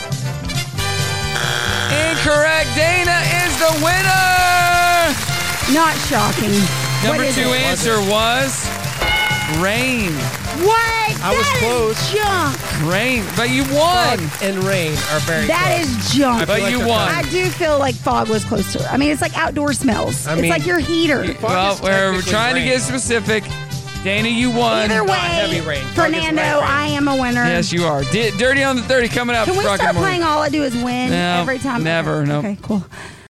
Speaker 2: Incorrect. Dana is the winner.
Speaker 3: Not shocking.
Speaker 2: Number
Speaker 3: what is
Speaker 2: two
Speaker 3: it?
Speaker 2: answer was rain.
Speaker 3: What?
Speaker 4: I was
Speaker 3: That is
Speaker 4: close.
Speaker 3: junk.
Speaker 2: Rain. But you
Speaker 4: Fog
Speaker 2: won.
Speaker 4: and rain are very.
Speaker 3: That
Speaker 4: close.
Speaker 3: is junk.
Speaker 4: I feel
Speaker 2: But you
Speaker 4: they're
Speaker 2: won.
Speaker 3: I
Speaker 4: kind
Speaker 3: do feel like fog was closer. I mean, it's like outdoor smells.
Speaker 4: I
Speaker 3: it's
Speaker 4: mean-
Speaker 3: like your heater.
Speaker 4: Fog
Speaker 2: Well,
Speaker 4: is
Speaker 2: we're
Speaker 4: technically
Speaker 2: trying to
Speaker 4: rain.
Speaker 2: get specific. Dana, you won.
Speaker 3: Either way,
Speaker 4: heavy rain. Fog is light
Speaker 3: Fernando,
Speaker 4: rain.
Speaker 3: I am a winner.
Speaker 2: Yes, you are. Di- Dirty on the 30 coming up.
Speaker 3: Can we
Speaker 2: Brock in the
Speaker 3: start
Speaker 2: morning.
Speaker 3: playing All I Do Is Win
Speaker 2: No,
Speaker 3: every time?
Speaker 2: never,
Speaker 3: Okay,
Speaker 2: no.
Speaker 3: Okay, cool.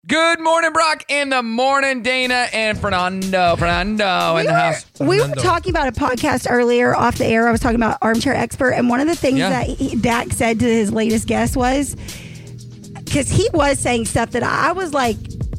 Speaker 2: Good morning, Brock. In the morning, Dana and Fernando. Fernando in
Speaker 3: we
Speaker 2: the
Speaker 3: were,
Speaker 2: house.
Speaker 3: We were
Speaker 4: Fernando.
Speaker 3: talking about a podcast earlier off the air. I was talking about Armchair Expert, and one of the things
Speaker 2: Yeah.
Speaker 3: that he, Dak said to his latest guest was because he was saying stuff that I was like,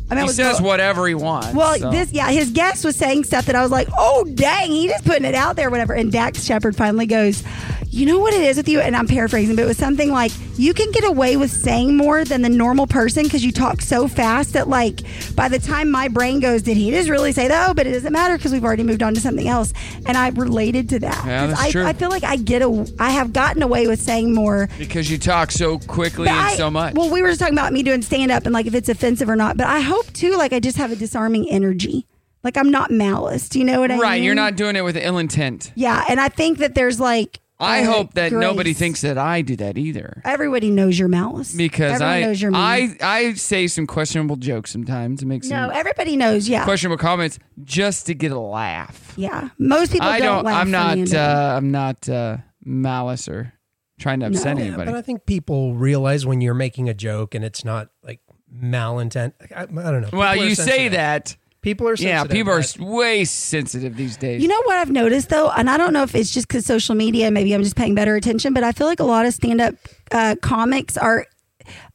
Speaker 3: I mean, I
Speaker 2: He
Speaker 3: was
Speaker 2: says
Speaker 3: go-
Speaker 2: whatever he wants.
Speaker 3: Well,
Speaker 2: so.
Speaker 3: this yeah, his guest was saying stuff that I was like, oh dang, he just putting it out there, whatever. And Dax Shepard finally goes, you know what it is with you, and I'm paraphrasing, but it was something like you can get away with saying more than the normal person because you talk so fast that like by the time my brain goes, did he just really say that? Oh, but it doesn't matter because we've already moved on to something else. And I related to that.
Speaker 2: Yeah,
Speaker 3: 'Cause
Speaker 2: that's
Speaker 3: I,
Speaker 2: true.
Speaker 3: I feel like I get a, I have gotten away with saying more
Speaker 2: because you talk so quickly and
Speaker 3: I-
Speaker 2: so much.
Speaker 3: Well, we were just talking about me doing stand up and like if it's offensive or not. But I hope too, like I just have a disarming energy. Like I'm not malice. Do you know what I mean?
Speaker 2: right, you're not doing it with ill intent.
Speaker 3: Yeah, and I think that there's like.
Speaker 2: I
Speaker 3: uh,
Speaker 2: hope that
Speaker 3: grace.
Speaker 2: nobody thinks that I do that either.
Speaker 3: everybody knows your malice
Speaker 2: Because
Speaker 3: everyone
Speaker 2: I,
Speaker 3: knows your mean.
Speaker 2: I, I say some questionable jokes sometimes and make some
Speaker 3: no everybody knows. Yeah,
Speaker 2: questionable comments just to get a laugh.
Speaker 3: yeah. Most people
Speaker 2: I
Speaker 3: don't.
Speaker 2: don't.
Speaker 3: laugh
Speaker 2: I'm not.
Speaker 3: Fernando.
Speaker 2: Uh, I'm not uh, malice or trying to upset
Speaker 3: No.
Speaker 2: anybody.
Speaker 4: But I think people realize when you're making a joke and it's not like malintent. I, I don't know.
Speaker 2: well,
Speaker 4: People are
Speaker 2: you say
Speaker 4: sensitive.
Speaker 2: that.
Speaker 4: People are
Speaker 2: Yeah,
Speaker 4: sensitive.
Speaker 2: people are
Speaker 4: but-
Speaker 2: s- way sensitive these days.
Speaker 3: You know what I've noticed though, and I don't know if it's just because social media, maybe I'm just paying better attention, but I feel like a lot of stand up uh, comics are,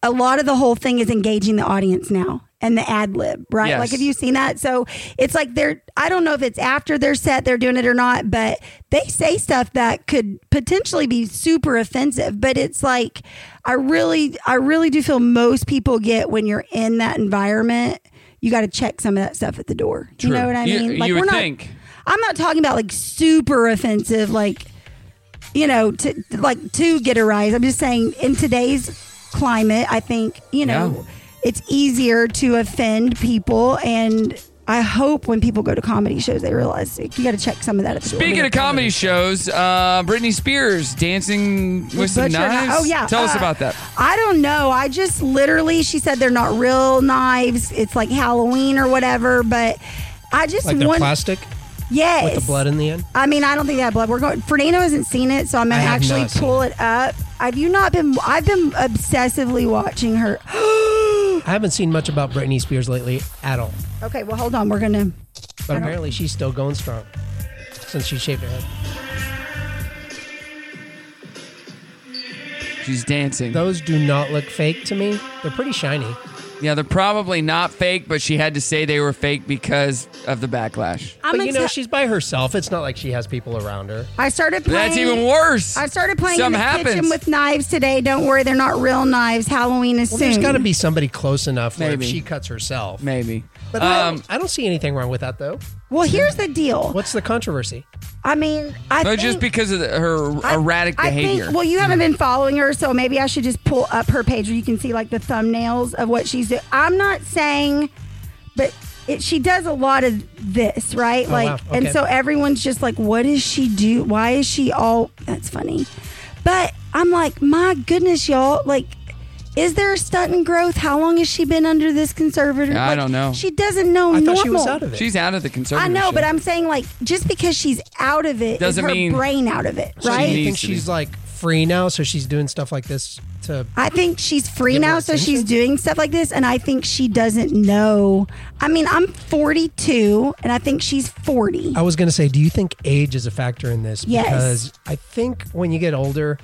Speaker 3: a lot of the whole thing is engaging the audience now and the ad lib, right?
Speaker 2: Yes.
Speaker 3: Like, have you seen that? So it's like they're, I don't know if it's after their set they're doing it or not, but they say stuff that could potentially be super offensive, but it's like, I really, I really do feel most people get when you're in that environment. You got to check some of that stuff at the door. You know what I
Speaker 2: You-
Speaker 3: mean?
Speaker 2: you would
Speaker 3: not,
Speaker 2: think.
Speaker 3: I'm not talking about like super offensive, like you know, to like to get a rise. I'm just saying in today's climate, I think you know it's easier to offend people, and I hope when people go to comedy shows, they realize like, you got to check some of that. At the door.
Speaker 2: Speaking of comedy shows, uh, Britney Spears dancing with, some
Speaker 3: butcher knife-
Speaker 2: knives.
Speaker 3: Oh yeah.
Speaker 2: tell us
Speaker 3: Uh,
Speaker 2: about that.
Speaker 3: I don't know. I just literally she said they're not real knives. It's like Halloween or whatever, but I just
Speaker 4: like they're
Speaker 3: want
Speaker 4: plastic
Speaker 3: yes
Speaker 4: with the blood in the end.
Speaker 3: I mean, I don't think that blood. We're going. Fernando hasn't seen it, so I'm
Speaker 4: I
Speaker 3: gonna
Speaker 4: have
Speaker 3: actually
Speaker 4: not seen
Speaker 3: pull it up. Have you not been? I've been obsessively watching her. <gasps>
Speaker 4: I haven't seen much about Britney Spears lately at all,
Speaker 3: okay, well, hold on. We're gonna.
Speaker 4: but apparently she's still going strong since she shaved her head.
Speaker 2: She's dancing.
Speaker 4: Those do not look fake to me. They're pretty shiny.
Speaker 2: Yeah, they're probably not fake, but she had to say they were fake because of the backlash.
Speaker 3: I'm
Speaker 4: but you know
Speaker 3: obsessed-
Speaker 4: she's by herself. It's not like she has people around her.
Speaker 3: I started playing.
Speaker 2: That's even worse.
Speaker 3: I started playing in the
Speaker 2: Something happens.
Speaker 3: kitchen with knives today. Don't worry, they're not real knives. Halloween is
Speaker 4: Well,
Speaker 3: soon.
Speaker 4: there's got to be somebody close enough where if
Speaker 2: Maybe.
Speaker 4: she cuts herself.
Speaker 2: maybe.
Speaker 4: But I,
Speaker 2: Um,
Speaker 4: don't, I don't see anything wrong with that though.
Speaker 3: Well, here's the deal.
Speaker 4: What's the controversy?
Speaker 3: I mean, I
Speaker 2: no,
Speaker 3: think,
Speaker 2: just because of the, her
Speaker 3: I-
Speaker 2: erratic
Speaker 3: I
Speaker 2: behavior. Mm.
Speaker 3: Think, well, you haven't been following her, so maybe I should just pull up her page where you can see like the thumbnails of what she's doing. I'm not saying, but it, she does a lot of this, right?
Speaker 4: Oh,
Speaker 3: like,
Speaker 4: wow.
Speaker 3: and
Speaker 4: Okay.
Speaker 3: so everyone's just like, "What does she do? Why is she all?" That's funny, but I'm like, my goodness, y'all, like. Is there a stunt in growth? How long has she been under this conservator?
Speaker 2: I
Speaker 3: Like,
Speaker 2: don't know.
Speaker 3: She doesn't know Oh, normal.
Speaker 2: She's out of the
Speaker 3: I
Speaker 2: conservative.
Speaker 3: know, but I'm saying like just because she's out of it
Speaker 2: Doesn't
Speaker 3: is her
Speaker 2: mean-
Speaker 3: brain out of it,
Speaker 4: So
Speaker 3: right?
Speaker 4: do you think she's like free now, so she's doing stuff like this to
Speaker 3: I think she's free now, so she's doing stuff like this, and I think she doesn't know. I mean, I'm 42, and I think she's 40.
Speaker 4: I was going to say, do you think age is a factor in this?
Speaker 3: Yes.
Speaker 4: Because I think when you get older,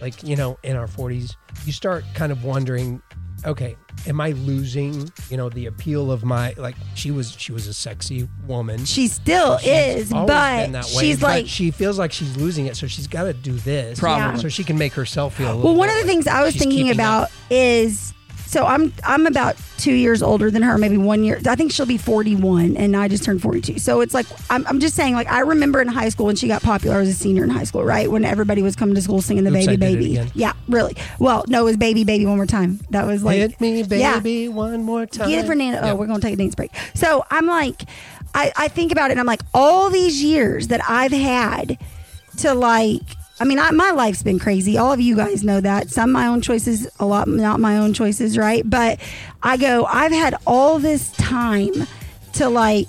Speaker 4: like, you know, in our 40s, you start kind of wondering, okay, am I losing, you know, the appeal of my, like, she was, she was a sexy woman.
Speaker 3: She still is,
Speaker 4: always
Speaker 3: but
Speaker 4: been that way,
Speaker 3: she's
Speaker 4: but
Speaker 3: like-
Speaker 4: she feels like she's losing it. So she's got to do this.
Speaker 3: Probably.
Speaker 4: So she can make herself feel a little
Speaker 3: Well, one
Speaker 4: better.
Speaker 3: of the things I was
Speaker 4: She's
Speaker 3: thinking
Speaker 4: keeping
Speaker 3: about is so I'm I'm about two years older than her, maybe one year. I think she'll be 41, and I just turned 42. So it's like I'm, I'm just saying, like I remember in high school when she got popular. I was a senior in high school, right? When everybody was coming to school singing the
Speaker 4: Oops,
Speaker 3: baby,
Speaker 4: I did it
Speaker 3: baby.
Speaker 4: again.
Speaker 3: Yeah, really. Well, no, it was baby, baby one more time. That was like
Speaker 4: Hit me,
Speaker 3: Yeah.
Speaker 4: baby, one more time.
Speaker 3: Get it, Fernando. Oh,
Speaker 4: Yeah.
Speaker 3: we're going to take a dance break. So I'm like, I, I think about it and I'm like, all these years that I've had to like, I mean, I, my life's been crazy. All of you guys know that. Some my own choices, a lot not my own choices, right? But I go, I've had all this time to like,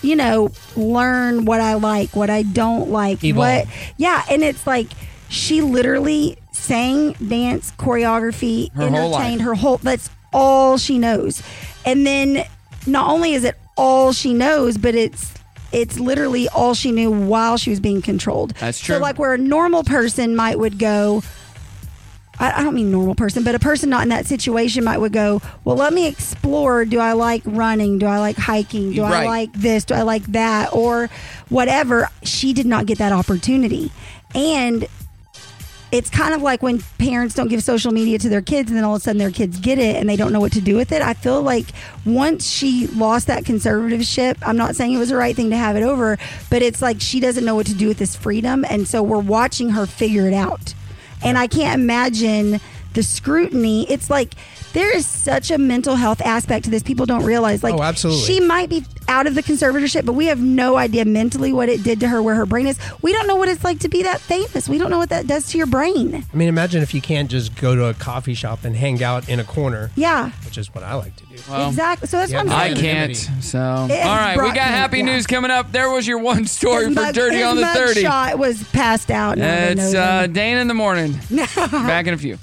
Speaker 3: you know, learn what I like, what I don't like,
Speaker 4: Evolve.
Speaker 3: what, yeah. And it's like, she literally sang, dance, choreography,
Speaker 2: Her whole life.
Speaker 3: entertained her whole that's all she knows and then not only is it all she knows but it's it's literally all she knew while she was being controlled
Speaker 2: That's
Speaker 3: so
Speaker 2: true.
Speaker 3: like where a normal person might would go I, I don't mean normal person but a person not in that situation might would go well let me explore do i like running do i like hiking do i
Speaker 2: Right.
Speaker 3: like this do i like that or whatever she did not get that opportunity and it's kind of like when parents don't give social media to their kids and then all of a sudden their kids get it and they don't know what to do with it. I feel like once she lost that conservativeship, I'm not saying it was the right thing to have it over, but it's like she doesn't know what to do with this freedom. And so we're watching her figure it out. And I can't imagine the scrutiny. It's like there is such a mental health aspect to this. People don't realize. Like,
Speaker 4: Oh, absolutely.
Speaker 3: she might be out of the conservatorship, but we have no idea mentally what it did to her, where her brain is. We don't know what it's like to be that famous. We don't know what that does to your brain.
Speaker 4: I mean, imagine if you can't just go to a coffee shop and hang out in a corner,
Speaker 3: Yeah,
Speaker 4: which is what I like to do.
Speaker 3: exactly. So that's what
Speaker 4: Um, Yeah,
Speaker 3: I'm
Speaker 2: I
Speaker 3: saying.
Speaker 2: can't. So all
Speaker 3: It's
Speaker 2: right, we
Speaker 3: brought
Speaker 2: got
Speaker 3: me-
Speaker 2: happy
Speaker 3: yeah.
Speaker 2: news coming up. There was your one story
Speaker 3: His
Speaker 2: for
Speaker 3: mug-
Speaker 2: Dirty
Speaker 3: his
Speaker 2: on the
Speaker 3: mug
Speaker 2: Thirty.
Speaker 3: Shot was passed out. No one knows
Speaker 2: It's uh,
Speaker 3: him.
Speaker 2: Dane in the
Speaker 4: <laughs>
Speaker 2: morning. Back in a few.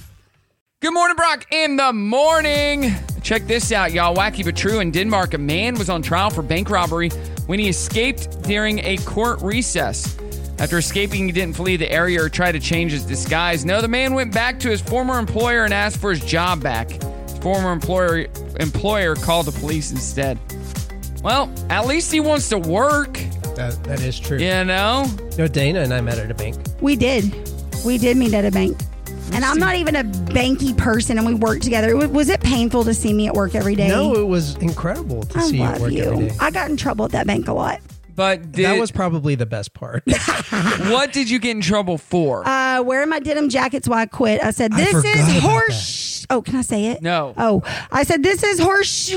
Speaker 2: Good morning, Brock. In the morning. Check this out, y'all. Wacky but true. In Denmark, a man was on trial for bank robbery when he escaped during a court recess. After escaping, he didn't flee the area or try to change his disguise. No, the man went back to his former employer and asked for his job back. His former employer employer called the police instead. Well, at least he wants to work,
Speaker 4: That, that is true.
Speaker 2: you know?
Speaker 4: You know, Dana and I met at a bank.
Speaker 3: we did, we did meet at a bank, and I'm not even a banky person, and we worked together. It wa- was it painful to see me at work every day?
Speaker 4: No, it was incredible to
Speaker 3: I
Speaker 4: see you
Speaker 3: love
Speaker 4: work every
Speaker 3: you.
Speaker 4: day.
Speaker 3: I got in trouble at that bank a lot.
Speaker 2: But did,
Speaker 4: that was probably the
Speaker 3: <laughs>
Speaker 4: best part.
Speaker 2: what did you get in trouble for?
Speaker 3: uh, wearing my denim jackets while I quit. I said,
Speaker 4: I
Speaker 3: "This
Speaker 4: forgot
Speaker 3: is
Speaker 4: about
Speaker 3: horse." Oh, can I say it?
Speaker 2: No.
Speaker 3: Oh, I said, "This is horse,"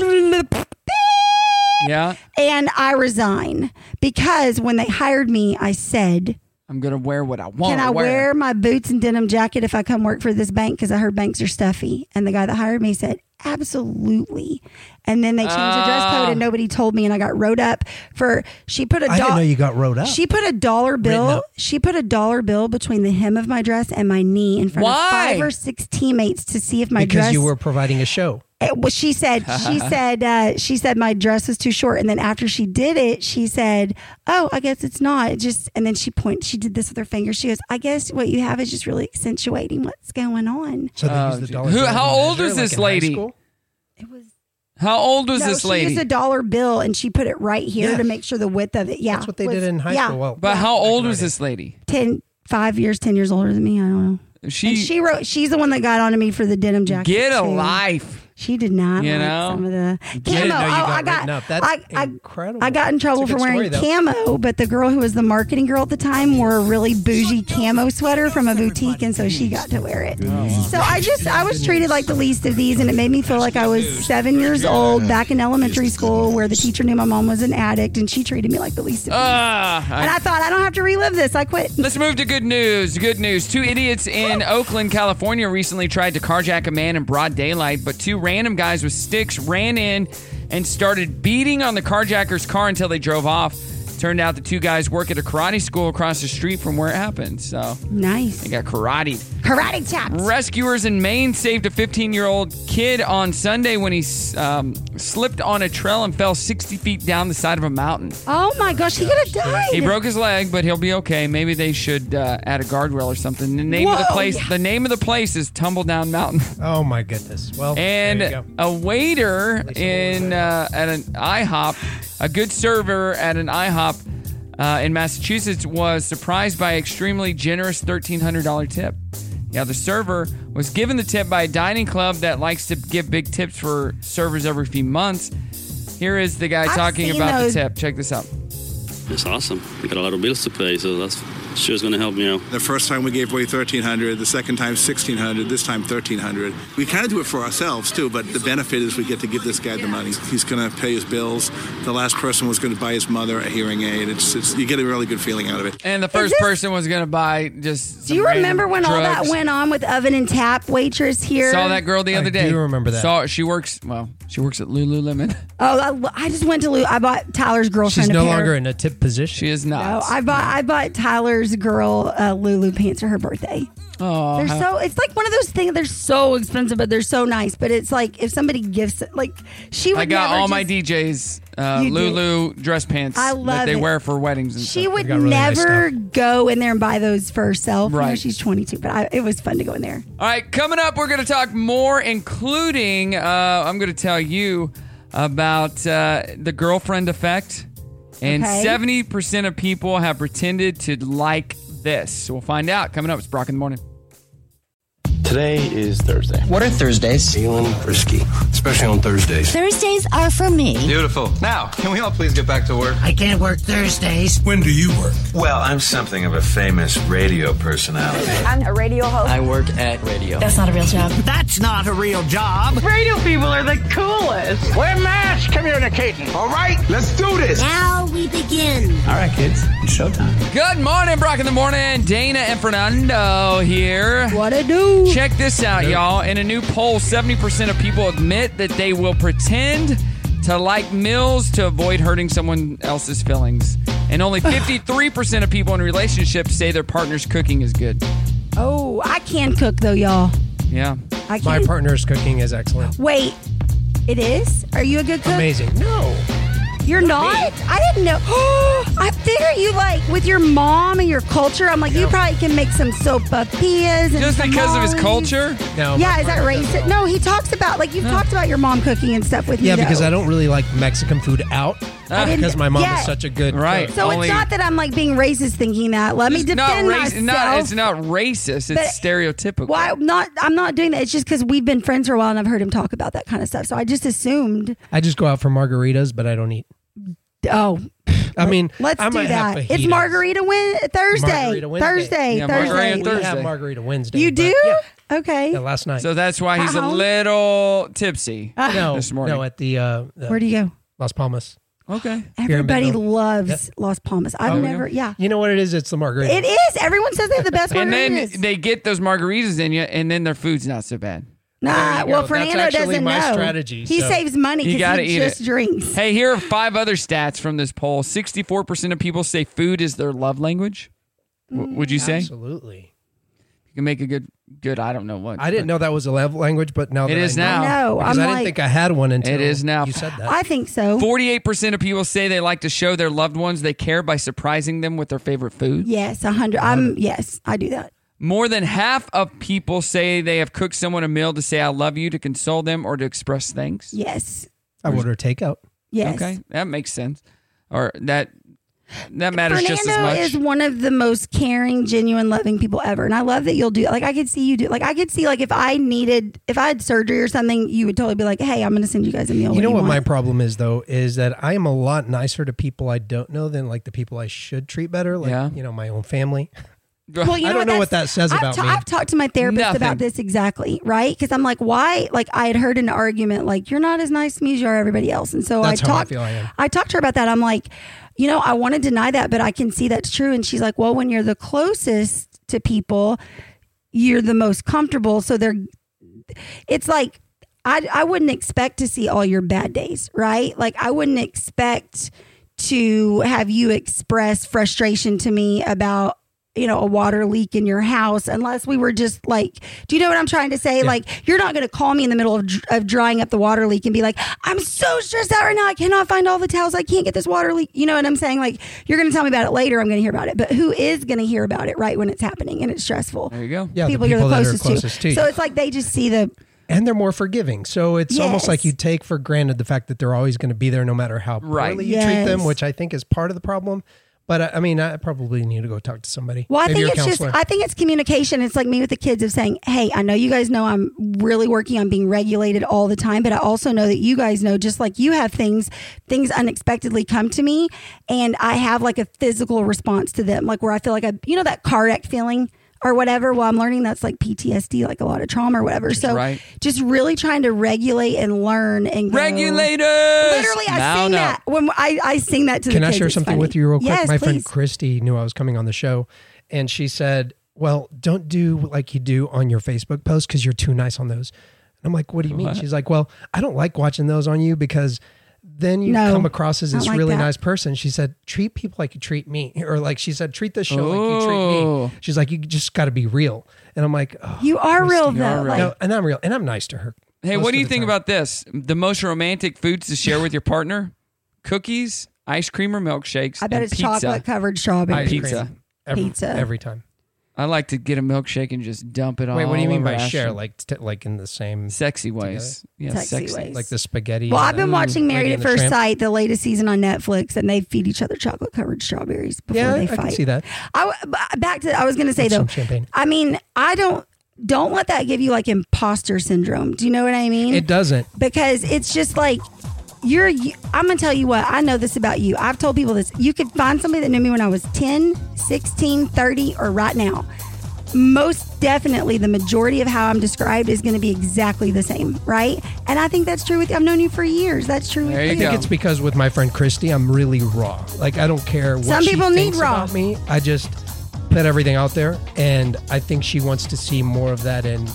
Speaker 2: yeah.
Speaker 3: and I resign because when they hired me, I said,
Speaker 2: I'm gonna wear what I want.
Speaker 3: "Can I
Speaker 2: to
Speaker 3: wear my boots and denim jacket if I come work for this bank?" Because I heard banks are stuffy. And the guy that hired me said, "Absolutely." And then they changed the dress
Speaker 2: Ah.
Speaker 3: code, and nobody told me, and I got wrote up for. She put a
Speaker 4: I didn't
Speaker 3: doll-
Speaker 4: know you got rode up.
Speaker 3: She put a dollar bill.
Speaker 4: up.
Speaker 3: She put a dollar bill between the hem of my dress and my knee in front
Speaker 2: Why?
Speaker 3: of five or six teammates to see if my
Speaker 4: because
Speaker 3: dress.
Speaker 4: you were providing a show.
Speaker 3: It was- she said.
Speaker 2: <laughs>
Speaker 3: She said. Uh, she said my dress was too short. And then after she did it, she said, "Oh, I guess it's not." It just and then she point. She did this with her finger. She goes, "I guess what you have is just really accentuating what's going on."
Speaker 4: So they
Speaker 2: Oh,
Speaker 4: used the
Speaker 2: gee.
Speaker 4: dollar.
Speaker 2: Who-
Speaker 4: bill to
Speaker 2: how old
Speaker 4: measure,
Speaker 2: is this
Speaker 4: in high
Speaker 2: lady?
Speaker 4: school?
Speaker 3: It was.
Speaker 2: How old was
Speaker 3: no,
Speaker 2: this
Speaker 3: she
Speaker 2: lady?
Speaker 3: used a dollar bill and she put it right here
Speaker 4: Yeah.
Speaker 3: to make sure the width of it. Yeah,
Speaker 4: That's what they
Speaker 3: was-
Speaker 4: did in high
Speaker 3: yeah,
Speaker 4: school. Well,
Speaker 2: but how old was this lady?
Speaker 3: 10, five years, ten years older than me. I don't know.
Speaker 2: She,
Speaker 3: and she wrote. She's the one that got onto me for the denim jacket.
Speaker 2: get a
Speaker 3: too.
Speaker 2: life.
Speaker 3: She did not
Speaker 2: You
Speaker 3: like
Speaker 2: know?
Speaker 3: some of the
Speaker 2: You
Speaker 3: camo.
Speaker 2: didn't know you
Speaker 3: oh,
Speaker 2: got
Speaker 3: I got
Speaker 2: written up. That's
Speaker 3: I, I,
Speaker 4: incredible.
Speaker 3: I got in trouble
Speaker 4: It's a
Speaker 3: for
Speaker 4: good
Speaker 3: wearing
Speaker 4: story, though.
Speaker 3: camo, but the girl who was the marketing girl at the time wore a really bougie camo sweater from a boutique, and so she got to wear it. So I just I was treated like the least of these, and it made me feel like I was seven years old back in elementary school, where the teacher knew my mom was an addict, and she treated me like the least of these.
Speaker 2: Ah,
Speaker 3: and I thought I don't have to relive this. I quit.
Speaker 2: Let's move to good news. Good news. Two idiots in Oakland, California recently tried to carjack a man in broad daylight, but two random guys with sticks ran in and started beating on the carjacker's car until they drove off. Turned out the two guys work at a karate school across the street from where it happened. So
Speaker 3: nice.
Speaker 2: They got karate.
Speaker 3: Karate chops.
Speaker 2: Rescuers in Maine saved a 15 year old kid on Sunday when he um, slipped on a trail and fell 60 feet down the side of a mountain.
Speaker 3: Oh my gosh, he could have died.
Speaker 2: He broke his leg, but he'll be okay. Maybe they should uh, add a guardrail or something. The name of the
Speaker 4: Whoa,
Speaker 2: place.
Speaker 4: yeah.
Speaker 2: The name of the place is Tumble Down Mountain. <laughs>
Speaker 4: Oh my goodness. Well, there
Speaker 2: and
Speaker 4: you
Speaker 2: oh,
Speaker 4: go.
Speaker 2: a waiter in uh, at an IHOP, a good server at an IHOP uh, in Massachusetts was surprised by extremely generous thirteen hundred dollar tip. Now the server was given the tip by a dining club that likes to give big tips for servers every few months. Here is the guy
Speaker 10: I've
Speaker 2: talking
Speaker 10: seen
Speaker 2: about
Speaker 10: those.
Speaker 2: the tip. Check this out.
Speaker 10: It's awesome. I got a lot of bills to pay, so that's she was going to help me out.
Speaker 11: The first time we gave away 1300 the second time 1600 this time 1300 We kind of do it for ourselves too, but the benefit is we get to give this guy the money. He's going to pay his bills. The last person was going to buy his mother a hearing aid. It's, it's You get a really good feeling out of it.
Speaker 2: And the first person was gonna buy just.
Speaker 3: Do you
Speaker 2: some
Speaker 3: remember
Speaker 2: random
Speaker 3: when all that
Speaker 2: drugs.
Speaker 3: went on with oven and tap waitress here?
Speaker 2: Saw that girl the other day.
Speaker 4: do remember that.
Speaker 2: Saw she works. Well, she works at Lululemon. <laughs>
Speaker 3: Oh, I, I just went to Lou. I bought Tyler's girlfriend.
Speaker 4: she's
Speaker 3: a
Speaker 4: no
Speaker 3: pair.
Speaker 4: longer in a tip position. She
Speaker 2: is not.
Speaker 3: Oh, I bought I bought Tyler's girl uh, Lulu pants for her birthday.
Speaker 2: Oh,
Speaker 3: they're so. It's like one of those things. They're so expensive, but they're so nice. But it's like if somebody gifts, it, like she would.
Speaker 2: I got
Speaker 3: never
Speaker 2: all
Speaker 3: just-
Speaker 2: my DJs uh,
Speaker 3: You did.
Speaker 2: Lulu dress pants
Speaker 3: I love
Speaker 2: that they
Speaker 3: it.
Speaker 2: wear for weddings. And
Speaker 3: She
Speaker 2: stuff.
Speaker 3: would never go in there and buy those for herself. You know,
Speaker 2: Right.
Speaker 3: she's 22, but I, it was fun to go in there.
Speaker 2: All right, coming up, we're going to talk more, including uh, I'm going to tell you about uh, the girlfriend effect. And
Speaker 12: Okay.
Speaker 2: 70% of people have pretended to like this. So we'll find out. Coming up, it's Brock in the morning.
Speaker 13: Today is Thursday. What are Thursdays? Feeling frisky, especially on Thursdays.
Speaker 8: Thursdays are for me.
Speaker 13: Beautiful. Now, can we all please get back to work?
Speaker 8: I can't work Thursdays.
Speaker 13: When do you work? Well, I'm something of a famous radio personality.
Speaker 8: I'm a radio host.
Speaker 13: I work at radio.
Speaker 8: not a real job. That's not a real job. Radio people are the coolest. We're mass communicating. All right, let's do this. Now we begin.
Speaker 13: All right, kids, it's showtime.
Speaker 2: Good morning, Brock in the morning. Dana and Fernando here.
Speaker 3: What a do?
Speaker 2: Check this out, y'all. In a new poll, 70% of people admit that they will pretend to like meals to avoid hurting someone else's feelings. And
Speaker 3: <laughs>
Speaker 2: only 53% of people in relationships say their partner's cooking is good.
Speaker 3: Oh, I can cook though, y'all.
Speaker 2: Yeah.
Speaker 3: I can.
Speaker 4: My partner's cooking is excellent.
Speaker 3: Wait, it is? Are you a good cook?
Speaker 4: Amazing. No.
Speaker 3: You're not? I didn't know. <gasps> I figure you like with your mom and your culture. I'm like, you probably can make some sopapillas. And
Speaker 2: Just because of his
Speaker 3: tamales.
Speaker 2: culture?
Speaker 4: No.
Speaker 3: yeah, is that racist? No, he talks about like you've talked about your mom cooking and stuff with
Speaker 4: Yeah,
Speaker 3: me.
Speaker 4: because
Speaker 3: though.
Speaker 4: I don't really like Mexican food out
Speaker 2: Uh,
Speaker 3: I didn't-
Speaker 4: because my mom
Speaker 3: yeah.
Speaker 4: is such a good
Speaker 2: Right.
Speaker 4: cook.
Speaker 3: So it's not that I'm like being racist thinking that. Let me
Speaker 2: It's not
Speaker 3: defend
Speaker 2: rac-
Speaker 3: myself.
Speaker 2: not- it's not racist, it's
Speaker 3: But-
Speaker 2: stereotypical.
Speaker 3: Why not? I'm not doing that. It's just because we've been friends for a while and I've heard him talk about that kind of stuff. So I just assumed.
Speaker 4: I just go out for margaritas, but I don't eat.
Speaker 3: Oh,
Speaker 4: I mean,
Speaker 3: Let's
Speaker 4: I
Speaker 3: do
Speaker 4: might have
Speaker 3: that. It's
Speaker 4: fajitas.
Speaker 3: Margarita Win Thursday.
Speaker 4: Margarita Wednesday.
Speaker 3: Thursday. Thursday.
Speaker 4: We have margarita Wednesday.
Speaker 3: You
Speaker 4: but-
Speaker 3: do? Okay.
Speaker 4: Yeah, last night.
Speaker 2: So that's why he's a
Speaker 4: Uh-huh.
Speaker 2: little tipsy
Speaker 4: no,
Speaker 2: this morning.
Speaker 4: no, at the, uh, the-
Speaker 3: Where do you go?
Speaker 4: Las Palmas.
Speaker 3: Uh-huh.
Speaker 2: Okay.
Speaker 4: Here in
Speaker 3: Everybody
Speaker 4: Bentonville.
Speaker 3: loves Las Palmas. I've
Speaker 4: Oh, yeah.
Speaker 3: never, yeah.
Speaker 4: You know what it is? It's the margarita.
Speaker 3: It is. Everyone says they have the best
Speaker 2: and then
Speaker 3: margaritas.
Speaker 2: they get those margaritas in you, and then their food's not so bad.
Speaker 3: nah,
Speaker 4: There you
Speaker 3: well,
Speaker 4: go. That's
Speaker 3: Fernando
Speaker 4: actually
Speaker 3: doesn't
Speaker 4: my
Speaker 3: know.
Speaker 4: strategy,
Speaker 3: he
Speaker 2: so-
Speaker 3: saves money
Speaker 2: You
Speaker 3: because
Speaker 2: gotta
Speaker 3: he
Speaker 2: eat
Speaker 3: just
Speaker 2: it.
Speaker 3: drinks.
Speaker 2: Hey, here are five other stats from this poll 64% of people say food is their love language.
Speaker 3: Mm,
Speaker 2: W- would you say?
Speaker 4: Absolutely.
Speaker 2: You can make a good, good, I don't know what.
Speaker 4: I didn't know that was a level language, but now
Speaker 2: It
Speaker 4: that
Speaker 2: is
Speaker 4: I know,
Speaker 2: now. No,
Speaker 4: because
Speaker 2: I'm
Speaker 4: I didn't
Speaker 2: like-
Speaker 4: think I had one until
Speaker 2: It is now.
Speaker 4: You said that.
Speaker 3: Oh, I think so.
Speaker 2: 48% of people say they like to show their loved ones they care by surprising them with their favorite food.
Speaker 3: Yes, a hundred. I'm yes, I do that.
Speaker 2: More than half of people say they have cooked someone a meal to say, I love you, to console them, or to express thanks.
Speaker 3: Yes,
Speaker 4: I order takeout.
Speaker 3: yes.
Speaker 2: Okay. That makes sense. Or that That matters just as much.
Speaker 3: Fernando is one of the most caring, genuine, loving people ever, and I love that you'll do. Like I could see you do. Like I could see like if I needed, if I had surgery or something, you would totally be like, "Hey, I'm going to send you guys a meal."
Speaker 4: You know what
Speaker 3: want."
Speaker 4: my problem is though is that I am a lot nicer to people I don't know than like the people I should treat better, like you know my own family.
Speaker 3: Well, you
Speaker 4: I
Speaker 3: know
Speaker 4: don't know what that
Speaker 3: that's-
Speaker 4: says
Speaker 3: I've
Speaker 4: about
Speaker 3: ta-
Speaker 4: me.
Speaker 3: I've talked to my therapist
Speaker 4: Nothing.
Speaker 3: about this exactly, right? Because I'm like, why? Like, I had heard an argument like, "You're not as nice to me as you are everybody else," and so
Speaker 4: That's
Speaker 3: I
Speaker 4: how I
Speaker 3: talked.
Speaker 4: feel I am.
Speaker 3: talked to her about that. I'm like, you know, I want to deny that, but I can see that's true. And she's like, well, when you're the closest to people, you're the most comfortable, so they're. It's like. I, I wouldn't expect to see all your bad days, right? Like, I wouldn't expect to have you express frustration to me about you know a water leak in your house unless we were just like do you know what i'm trying to say like you're not going to call me in the middle of, dr- of drying up the water leak and be like i'm so stressed out right now i cannot find all the towels i can't get this water leak you know what i'm saying like you're going to tell me about it later i'm going to hear about it but who is going to hear about it right when it's happening and it's stressful
Speaker 2: there you go
Speaker 4: Yeah, the people that are closest to you.
Speaker 3: so it's like they just see the
Speaker 4: And they're more forgiving, so it's almost
Speaker 3: Yes.
Speaker 4: like you take for granted the fact that they're always going to be there no matter how
Speaker 3: Right.
Speaker 4: poorly you treat them,
Speaker 3: Yes.
Speaker 4: which I think is part of the problem. But uh, I, I mean, I probably need to go talk to somebody.
Speaker 3: Well, I
Speaker 4: Maybe
Speaker 3: think
Speaker 4: your
Speaker 3: it's
Speaker 4: counselor.
Speaker 3: just I think it's communication. It's like me with the kids of saying, "Hey, I know you guys know I'm really working on being regulated all the time, but I also know that you guys know just like you have things things unexpectedly come to me and I have like a physical response to them, like where I feel like I you know that car wreck feeling or whatever. Well, I'm learning that's like PTSD, like a lot of trauma or whatever. so
Speaker 2: right.
Speaker 3: just really trying to regulate and learn and go-
Speaker 2: Regulators!
Speaker 3: Literally, I
Speaker 4: Now,
Speaker 3: sing
Speaker 4: now.
Speaker 3: that when I, I sing that to
Speaker 4: Can
Speaker 3: the
Speaker 4: I
Speaker 3: kids.
Speaker 4: share
Speaker 3: It's
Speaker 4: something
Speaker 3: funny.
Speaker 4: with you real quick?
Speaker 3: Yes,
Speaker 4: My
Speaker 3: please.
Speaker 4: friend Christy knew I was coming on the show, and she said, "Well, don't do like you do on your Facebook post because you're too nice on those." And I'm like, "What do you mean?"
Speaker 12: What?
Speaker 4: She's like, "Well, I don't like watching those on you because." Then you
Speaker 12: No,
Speaker 4: come across as
Speaker 12: not
Speaker 4: this
Speaker 12: like
Speaker 4: really
Speaker 12: that.
Speaker 4: nice person. She said, treat people like you treat me. <laughs> Or like she said, treat this show like you treat
Speaker 2: Oh.
Speaker 4: me. She's like, you just got to be real. And I'm like, oh,
Speaker 3: You are real,
Speaker 4: Christy, you are
Speaker 3: though,
Speaker 4: real.
Speaker 3: like-
Speaker 4: No, and I'm real. And I'm nice to her.
Speaker 2: Hey,
Speaker 4: most
Speaker 2: what do
Speaker 4: of
Speaker 2: you
Speaker 4: the
Speaker 2: think
Speaker 4: time.
Speaker 2: about this? The most romantic foods to share with your partner: cookies, ice cream, or milkshakes.
Speaker 3: I bet
Speaker 2: and
Speaker 3: it's
Speaker 2: pizza.
Speaker 3: chocolate covered strawberry
Speaker 2: Ice cream. Pizza.
Speaker 4: Every-
Speaker 3: Pizza.
Speaker 4: Every time.
Speaker 2: I like to get a milkshake and just dump it all.
Speaker 4: Wait, what do you mean
Speaker 2: over
Speaker 4: by share?
Speaker 2: Ashton.
Speaker 4: Like, t- like in the same
Speaker 2: sexy ways?
Speaker 4: together?
Speaker 2: Yeah, sexy. ways.
Speaker 4: Like the spaghetti.
Speaker 3: Well,
Speaker 4: and
Speaker 3: I've been
Speaker 4: the-
Speaker 3: watching Married
Speaker 4: Lady
Speaker 3: at
Speaker 4: and the
Speaker 3: First
Speaker 4: Tramp.
Speaker 3: Sight, the latest season on Netflix, and they feed each other chocolate covered strawberries before
Speaker 4: Yeah,
Speaker 3: they
Speaker 4: I
Speaker 3: fight.
Speaker 4: can see that.
Speaker 3: I w- b- back to I was going to say
Speaker 4: With
Speaker 3: though.
Speaker 4: some champagne.
Speaker 3: I mean, I don't don't let that give you like imposter syndrome. Do you know what I mean?
Speaker 4: It doesn't.
Speaker 3: because it's just like you're you, i'm gonna tell you what i know this about you i've told people this you could find somebody that knew me when i was 10 16 30 or right now most definitely the majority of how i'm described is gonna be exactly the same right and i think that's true with you i've known you for years that's true with
Speaker 4: I think it's because with my friend Christy, I'm really raw. Like I don't care what
Speaker 3: some
Speaker 4: she
Speaker 3: people need
Speaker 4: thinks
Speaker 3: raw
Speaker 4: about me. I just put everything out there, and I think she wants to see more of that. And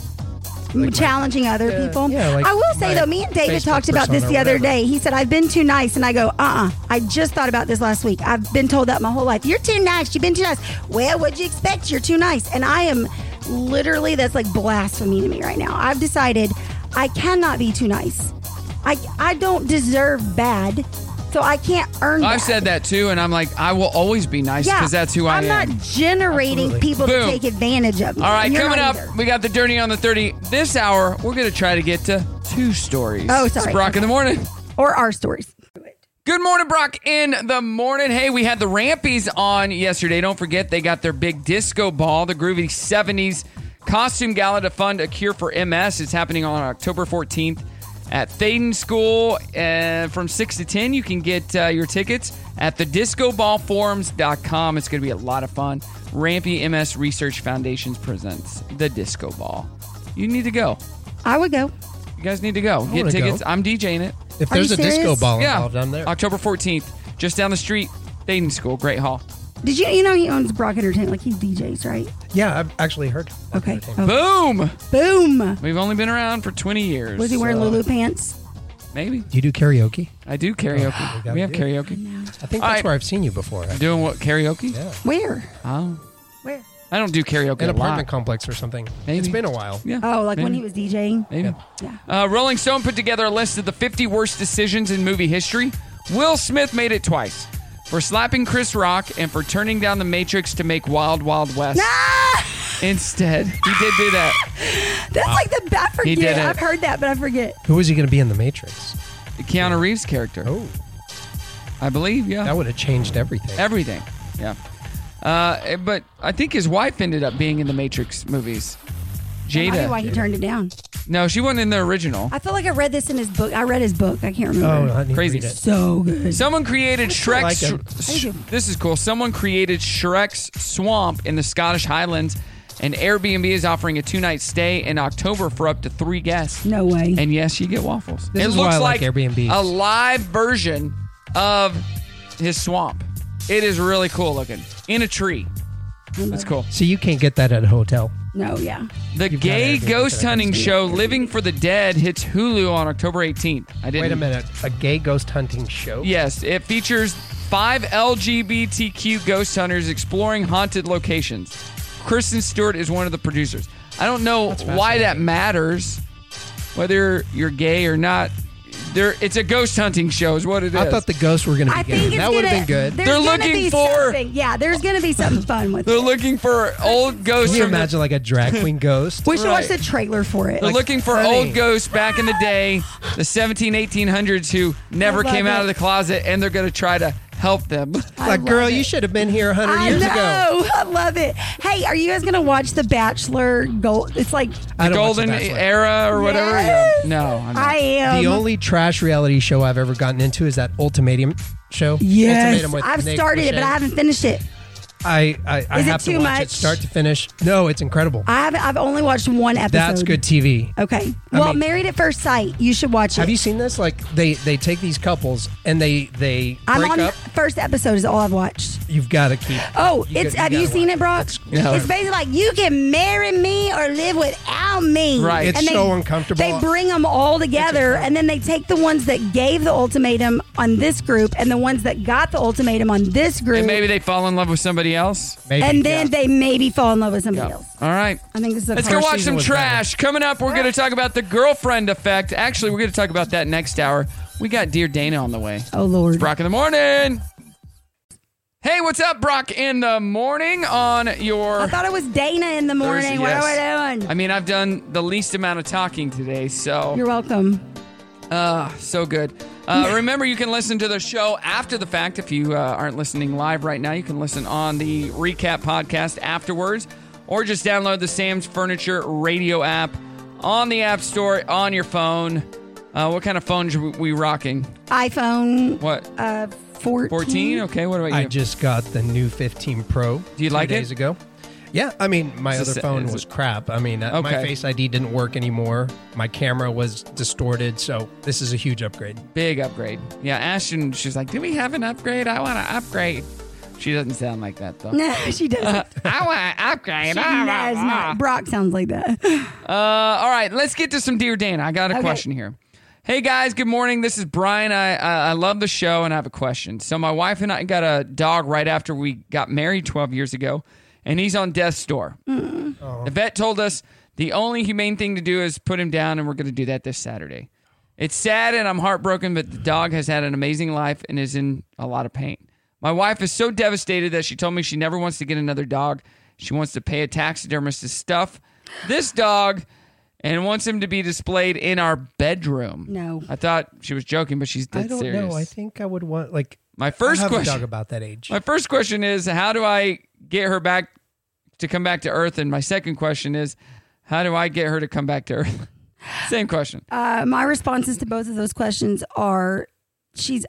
Speaker 4: like,
Speaker 3: challenging other
Speaker 4: Yeah,
Speaker 3: people.
Speaker 4: yeah, like
Speaker 3: I will say
Speaker 4: my
Speaker 3: though, me and David
Speaker 4: Facebook
Speaker 3: talked about this
Speaker 4: persona
Speaker 3: the
Speaker 4: or
Speaker 3: other
Speaker 4: whatever.
Speaker 3: day. He said, "I've been too nice," and I go, "Uh, uh I just thought about this last week. I've been told that my whole life. You're too nice. You've been too nice. Well, what'd you expect? You're too nice." And I am literally that's like blasphemy to me right now. I've decided I cannot be too nice. I I don't deserve bad, so I can't earn.
Speaker 2: I've
Speaker 3: bad.
Speaker 2: said that too, and I'm like, I will always be nice
Speaker 3: Yeah,
Speaker 2: because that's who I
Speaker 3: I'm
Speaker 2: am.
Speaker 3: not generating
Speaker 2: Absolutely.
Speaker 3: people
Speaker 2: Boom.
Speaker 3: to take advantage of me.
Speaker 2: All right,
Speaker 3: You're
Speaker 2: coming
Speaker 3: not
Speaker 2: up, we got the dirty on the thirty. This hour, we're gonna try to get to two stories.
Speaker 3: Oh, sorry.
Speaker 2: It's Brock in the morning.
Speaker 3: Or our stories.
Speaker 2: Good morning, Brock. In the morning. Hey, we had the Rampies on yesterday. Don't forget, they got their big disco ball, the groovy 70s costume gala to fund a cure for MS. It's happening on October 14th at Thaden School. And from 6 to 10, you can get uh, your tickets at thediscoballforums.com. It's going to be a lot of fun. Rampy MS Research Foundations presents the disco ball. You need to go.
Speaker 3: I would go.
Speaker 2: You guys need to go.
Speaker 4: I
Speaker 2: Get
Speaker 4: wanna
Speaker 2: tickets.
Speaker 4: go.
Speaker 2: I'm DJing it.
Speaker 4: If Are there's you a disco serious? ball
Speaker 2: yeah.
Speaker 4: involved, I'm there.
Speaker 2: October 14th, just down the street, Dayton School, Great Hall.
Speaker 3: Did you you know he owns Brock Entertainment? Like he DJs, right?
Speaker 4: yeah, I've actually heard.
Speaker 3: Okay. Oh.
Speaker 2: Boom!
Speaker 3: Boom!
Speaker 2: We've only been around for 20 years.
Speaker 3: Was he wearing
Speaker 2: so
Speaker 3: Lulu pants?
Speaker 2: Maybe.
Speaker 4: Do you do karaoke?
Speaker 2: I do karaoke.
Speaker 4: Oh, gotta
Speaker 2: we have
Speaker 4: do it.
Speaker 2: karaoke.
Speaker 4: I think that's
Speaker 2: All right.
Speaker 4: where I've seen you before. actually.
Speaker 2: Doing what? Karaoke?
Speaker 4: Yeah.
Speaker 3: Where?
Speaker 2: Oh.
Speaker 3: Where?
Speaker 2: I don't do karaoke.
Speaker 4: An
Speaker 2: a lot.
Speaker 4: apartment complex or something.
Speaker 2: Maybe.
Speaker 4: It's been a while.
Speaker 2: Yeah.
Speaker 3: Oh, like when
Speaker 2: Maybe.
Speaker 3: he was DJing?
Speaker 2: Maybe. Uh, Rolling Stone put together a list of the 50 worst decisions in movie history. Will Smith made it twice for slapping Chris Rock and for turning down The Matrix to make Wild Wild
Speaker 3: <laughs>
Speaker 2: West. Instead, he did do that.
Speaker 3: Ah! That's
Speaker 2: Wow.
Speaker 3: like the I
Speaker 2: He did
Speaker 3: forget.
Speaker 2: it.
Speaker 3: I've heard that, but I forget.
Speaker 4: Who is he going to be in the Matrix?
Speaker 2: Keanu Reeves' character.
Speaker 4: Oh.
Speaker 2: I believe, yeah.
Speaker 4: That would have changed everything.
Speaker 2: Everything, yeah. Uh, but I think his wife ended up being in the Matrix movies.
Speaker 3: I
Speaker 2: Jada.
Speaker 3: don't know why he turned it down.
Speaker 2: No, she wasn't in the original.
Speaker 3: I feel like I read this in his book. I read his book. I can't
Speaker 4: Oh,
Speaker 3: remember.
Speaker 2: crazy!
Speaker 3: So good.
Speaker 2: Someone created
Speaker 3: like
Speaker 2: Shrek's.
Speaker 3: him.
Speaker 2: Sh- this is cool. Someone created Shrek's swamp in the Scottish Highlands, and Airbnb is offering a two-night stay in October for up to three guests.
Speaker 3: No way.
Speaker 2: And yes, you get waffles.
Speaker 4: This
Speaker 2: it
Speaker 4: is why
Speaker 2: looks
Speaker 4: I like Airbnbs.
Speaker 2: a live version of his swamp. It is really cool looking in a tree. That's cool.
Speaker 4: So you can't get that at a hotel.
Speaker 3: No, yeah.
Speaker 2: The gay ghost hunting show Living for the Dead hits Hulu on October 18th. I didn't.
Speaker 4: Wait a minute. A gay ghost hunting show?
Speaker 2: Yes, it features five LGBTQ ghost hunters exploring haunted locations. Kristen Stewart is one of the producers. I don't know why that matters, whether you're gay or not. There, it's a ghost hunting show, is what it is.
Speaker 4: I thought the ghosts were going to be
Speaker 3: I
Speaker 4: gay.
Speaker 3: think it's
Speaker 4: that
Speaker 3: gonna,
Speaker 4: would have been good.
Speaker 3: there's
Speaker 2: They're
Speaker 3: gonna
Speaker 2: looking
Speaker 3: be
Speaker 2: for-
Speaker 3: something- Yeah, there's gonna be something fun with.
Speaker 2: They're looking for old ghosts.
Speaker 4: Can you
Speaker 2: from the-
Speaker 4: imagine like a drag queen ghost?
Speaker 3: We should watch
Speaker 2: Right.
Speaker 3: the trailer for it.
Speaker 2: They're looking for old ghosts back in the day, the 17, 1800s, who never
Speaker 4: love
Speaker 2: came out
Speaker 4: it.
Speaker 2: of the closet, and they're going to try to help them. <laughs>
Speaker 4: Like, girl, you should have been here 100
Speaker 3: I
Speaker 4: years
Speaker 3: know. <laughs>
Speaker 4: ago.
Speaker 3: I love it. Hey, are you guys gonna watch The Bachelor? Gold. It's like
Speaker 4: I
Speaker 2: the
Speaker 4: don't watch The
Speaker 2: golden
Speaker 4: Bachelor.
Speaker 2: era or whatever.
Speaker 3: Yes.
Speaker 2: No, I'm not.
Speaker 3: I am.
Speaker 4: the only trash reality show I've ever gotten into is that Ultimatum show.
Speaker 3: Yes,
Speaker 4: Ultimatum with
Speaker 3: I've
Speaker 4: Nick
Speaker 3: started it, but
Speaker 4: Lachey.
Speaker 3: I haven't finished it.
Speaker 4: I, I, I
Speaker 3: Is it
Speaker 4: have
Speaker 3: too
Speaker 4: to watch
Speaker 3: much?
Speaker 4: it start to finish. No, it's incredible.
Speaker 3: I have. I've only watched one episode.
Speaker 4: That's good TV.
Speaker 3: Okay.
Speaker 4: I
Speaker 3: Well,
Speaker 4: mean-
Speaker 3: Married at First Sight. You should watch it.
Speaker 4: Have you seen this? Like they they take these couples and they they
Speaker 3: I'm
Speaker 4: break
Speaker 3: on
Speaker 4: up.
Speaker 3: first episode is all I've watched.
Speaker 4: You've got to keep.
Speaker 3: Oh,
Speaker 4: You
Speaker 3: it's
Speaker 4: got-
Speaker 3: have
Speaker 4: you
Speaker 3: you
Speaker 4: gotta
Speaker 3: seen it, Brock?
Speaker 4: No.
Speaker 3: It's basically like you can marry me or live without me.
Speaker 4: Right. It's so uncomfortable.
Speaker 3: They bring them all together, and then they take the ones that gave the ultimatum on this group, and the ones that got the ultimatum on this group,
Speaker 2: And maybe they fall in love with somebody else.
Speaker 3: and then they maybe fall in love with somebody else.
Speaker 2: All right.
Speaker 3: I think this is. A
Speaker 2: Let's go
Speaker 3: first
Speaker 2: watch
Speaker 3: season
Speaker 2: some
Speaker 3: was
Speaker 2: trash. Coming up, we're going to talk about the girlfriend effect. Actually, we're going to talk about that next hour. We got Dear Dana on the way.
Speaker 3: Oh, Lord.
Speaker 2: Brock in the morning. Hey, what's up, Brock in the morning on your.
Speaker 3: better. I thought it was Dana in the morning.
Speaker 2: Thursday,
Speaker 3: What
Speaker 2: yes.
Speaker 3: are we doing?
Speaker 2: I mean, I've done the least amount of talking today, so.
Speaker 3: You're welcome.
Speaker 2: Ah, so good. Uh, remember, you can listen to the show after the fact. If you uh, aren't listening live right now, you can listen on the recap podcast afterwards, or just download the Sam's Furniture Radio app on the App Store on your phone. Uh, what kind of phones are we rocking?
Speaker 3: iPhone.
Speaker 2: What?
Speaker 3: Uh, 14.
Speaker 2: 14? Okay, what about
Speaker 4: I
Speaker 2: you?
Speaker 4: just got the new 15 Pro. Do
Speaker 2: you like it?
Speaker 4: Days ago. Yeah, I mean, my
Speaker 2: Is
Speaker 4: other
Speaker 2: this-
Speaker 4: phone
Speaker 2: is
Speaker 4: was
Speaker 2: it-
Speaker 4: crap. I mean, uh, my
Speaker 2: Okay.
Speaker 4: Face ID didn't work anymore. My camera was distorted, so this is a huge upgrade.
Speaker 2: Big upgrade. Yeah, Ashton, she's like, Do we have an upgrade? I want to upgrade. She doesn't sound like that, though.
Speaker 3: <laughs> No, she doesn't.
Speaker 2: <laughs> I want to upgrade.
Speaker 3: She
Speaker 2: Ah, ah,
Speaker 3: does
Speaker 2: ah.
Speaker 3: not. Brock sounds like that. <laughs>
Speaker 2: Uh, all right, let's get to some dear Dana. I got a
Speaker 3: Okay.
Speaker 2: question here. Hey guys, good morning. This is Brian. I I I love the show and I have a question. So my wife and I got a dog right after we got married 12 years ago, and he's on death's door. The vet told us the only humane thing to do is put him down, and we're going to do that this Saturday. It's sad and I'm heartbroken, but the dog has had an amazing life and is in a lot of pain. My wife is so devastated that she told me she never wants to get another dog. She wants to pay a taxidermist to stuff this dog and wants him to be displayed in our bedroom.
Speaker 3: No.
Speaker 2: I thought she was joking, but she's dead
Speaker 4: I don't
Speaker 2: serious.
Speaker 4: know. I think I would want like
Speaker 2: My first
Speaker 4: I have
Speaker 2: question-
Speaker 4: a dog about that age.
Speaker 2: My first question is how do I get her back to come back to earth? And my second question is how do I get her to come back to earth? <laughs> Same question.
Speaker 3: Uh, my responses to both of those questions are she's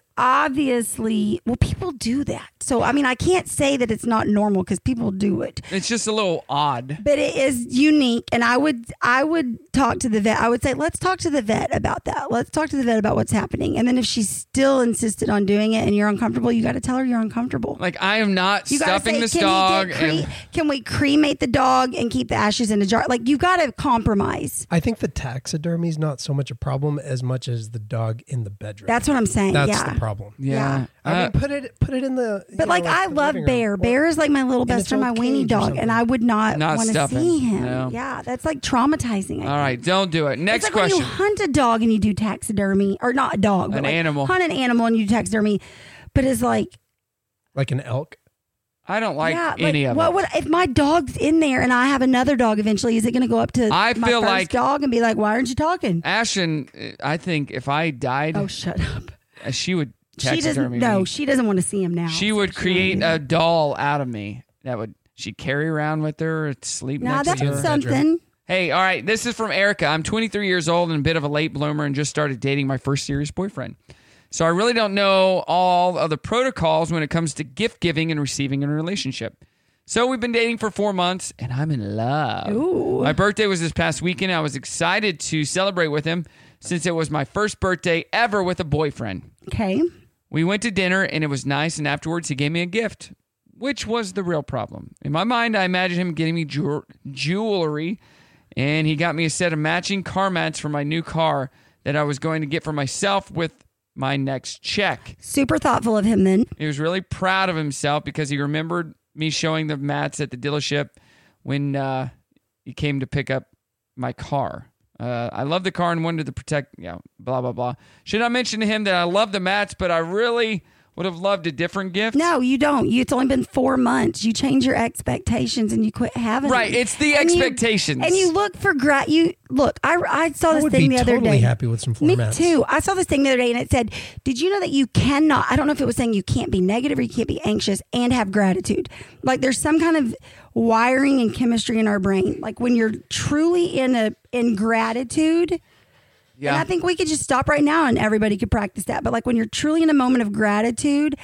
Speaker 3: obviously, well, people do that. So, I mean, I can't say that it's not normal because people do it.
Speaker 2: It's just a little odd.
Speaker 3: But it is unique, and I would I would talk to the vet. I would say, let's talk to the vet about that. Let's talk to the vet about what's happening. And then if she still insisted on doing it, and you're uncomfortable, you got to tell her you're uncomfortable.
Speaker 2: Like I am not
Speaker 3: You gotta
Speaker 2: stuffing
Speaker 3: say,
Speaker 2: this
Speaker 3: can he get
Speaker 2: dog.
Speaker 3: cre-
Speaker 2: and-
Speaker 3: can we cremate the dog and keep the ashes in a jar? Like you got to compromise.
Speaker 4: I think the taxidermy is not so much a problem as much as the dog in the bedroom.
Speaker 3: That's what I'm saying.
Speaker 4: That's
Speaker 3: yeah.
Speaker 4: the problem.
Speaker 2: yeah.
Speaker 4: I
Speaker 2: Uh,
Speaker 4: mean, put it put it in the. you
Speaker 3: But like,
Speaker 4: know,
Speaker 3: I
Speaker 4: the
Speaker 3: love
Speaker 4: living room.
Speaker 3: Bear. Bear is like my little best
Speaker 4: its
Speaker 3: friend, my
Speaker 4: own
Speaker 3: weenie
Speaker 4: cage or
Speaker 3: dog,
Speaker 4: something.
Speaker 3: and I would not,
Speaker 2: Not
Speaker 3: want to
Speaker 2: stuff him,
Speaker 3: see him.
Speaker 2: no.
Speaker 3: Yeah, that's like traumatizing. I
Speaker 2: all right, don't do it.
Speaker 3: It's
Speaker 2: Next
Speaker 3: like
Speaker 2: question.
Speaker 3: when you hunt a dog and you do taxidermy, or not a dog, but
Speaker 2: An
Speaker 3: like,
Speaker 2: animal.
Speaker 3: Hunt an animal and you do taxidermy, but it's like,
Speaker 4: like an elk.
Speaker 2: I don't like
Speaker 3: yeah, like,
Speaker 2: any of
Speaker 3: what
Speaker 2: it.
Speaker 3: would if my dog's in there and I have another dog eventually? Is it going to go up to
Speaker 2: I
Speaker 3: my
Speaker 2: feel
Speaker 3: first
Speaker 2: like- Uh,
Speaker 3: dog and be like, why aren't you talking?
Speaker 2: Ashton, I think if I died, uh,
Speaker 3: Oh, shut up!
Speaker 2: she would
Speaker 3: she
Speaker 2: Tax
Speaker 3: doesn't.
Speaker 2: attorney.
Speaker 3: No, she doesn't want to see him now.
Speaker 2: She would create a doll out of me that would she carry around with her, or sleep
Speaker 3: Nah,
Speaker 2: next
Speaker 3: that's
Speaker 2: to her.
Speaker 3: something.
Speaker 2: Hey, all right. This is from Erica. I'm 23 years old and a bit of a late bloomer and just started dating my first serious boyfriend. So I really don't know all of the protocols when it comes to gift giving and receiving in a relationship. So we've been dating for four months and I'm in love. My birthday was this past weekend. I was excited to celebrate with him since it was my first birthday ever with a boyfriend.
Speaker 3: Okay.
Speaker 2: We went to dinner and it was nice. And afterwards, he gave me a gift, which was the real problem. In my mind, I imagined him getting me jew- jewelry, and he got me a set of matching car mats for my new car that I was going to get for myself with my next check.
Speaker 3: Super thoughtful of him then.
Speaker 2: He was really proud of himself because he remembered me showing the mats at the dealership when uh, he came to pick up my car. Uh, I love the car and wanted to protect, yeah, blah, blah, blah. Should I mention to him that I love the mats, but I really would have loved a different gift?
Speaker 3: No, you don't. You, it's only been four months. You change your expectations and you quit having.
Speaker 2: Right,
Speaker 3: them.
Speaker 2: it's the
Speaker 3: And you-
Speaker 2: expectations.
Speaker 3: and you look for gra- You look. I I saw this
Speaker 4: would
Speaker 3: thing
Speaker 4: be
Speaker 3: the other
Speaker 4: totally
Speaker 3: day.
Speaker 4: happy with some floor
Speaker 3: Me
Speaker 4: mats.
Speaker 3: too. I saw this thing the other day and it said, "Did you know that you cannot? I don't know if it was saying you can't be negative or you can't be anxious and have gratitude. Like there's some kind of wiring and chemistry in our brain. Like when you're truly in a in gratitude."
Speaker 2: Yeah.
Speaker 3: And I think we could just stop right now and everybody could practice that. But like when you're truly in a moment of gratitude,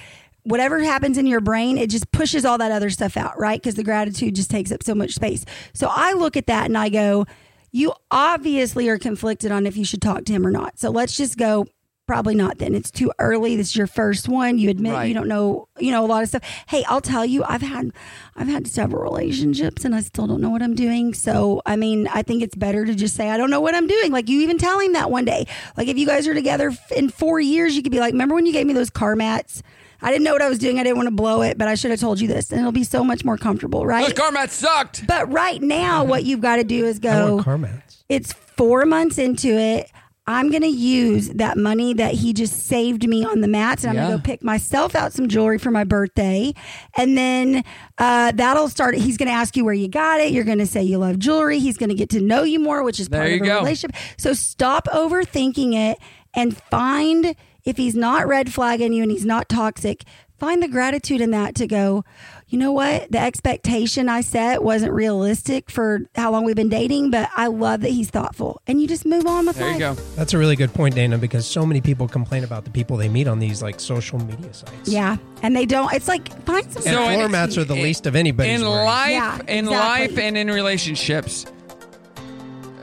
Speaker 3: whatever happens in your brain, it just pushes all that other stuff out, right? Because the gratitude just takes up so much space. So I look at that and I go, you obviously are conflicted on if you should talk to him or not. So let's just go. Probably not then. It's too early. This is your first one. You admit
Speaker 12: Right.
Speaker 3: you don't know, you know, a lot of stuff. Hey, I'll tell you, I've had I've had several relationships and I still don't know what I'm doing. So I mean, I think it's better to just say, I don't know what I'm doing. Like you even tell him that one day. Like if you guys are together f- in four years, you could be like, Remember when you gave me those car mats? I didn't know what I was doing. I didn't want to blow it, but I should have told you this. And it'll be so much more comfortable, right?
Speaker 2: Those car mats sucked.
Speaker 3: But right now, what you've got to do is go.
Speaker 4: I want car mats.
Speaker 3: It's four months into it. I'm going to use that money that he just saved me on the mats and I'm
Speaker 12: Yeah.
Speaker 3: going to go pick myself out some jewelry for my birthday. And then uh, that'll start. He's going to ask you where you got it. You're going to say you love jewelry. He's going to get to know you more, which is
Speaker 12: There
Speaker 3: part
Speaker 12: you
Speaker 3: of a
Speaker 12: go.
Speaker 3: relationship. So stop overthinking it and find if he's not red flagging you and he's not toxic, find the gratitude in that to go, you know what? The expectation I set wasn't realistic for how long we've been dating, but I love that he's thoughtful. And you just move on with life.
Speaker 4: That's a really good point, Dana, because so many people complain about the people they meet on these like social media sites.
Speaker 3: Yeah. And they don't, it's like, find some
Speaker 4: And floor
Speaker 3: gratitude.
Speaker 4: mats are the least of anybody's.
Speaker 2: in
Speaker 4: worries.
Speaker 2: life,
Speaker 3: Yeah,
Speaker 2: in
Speaker 3: exactly.
Speaker 2: life, and in relationships,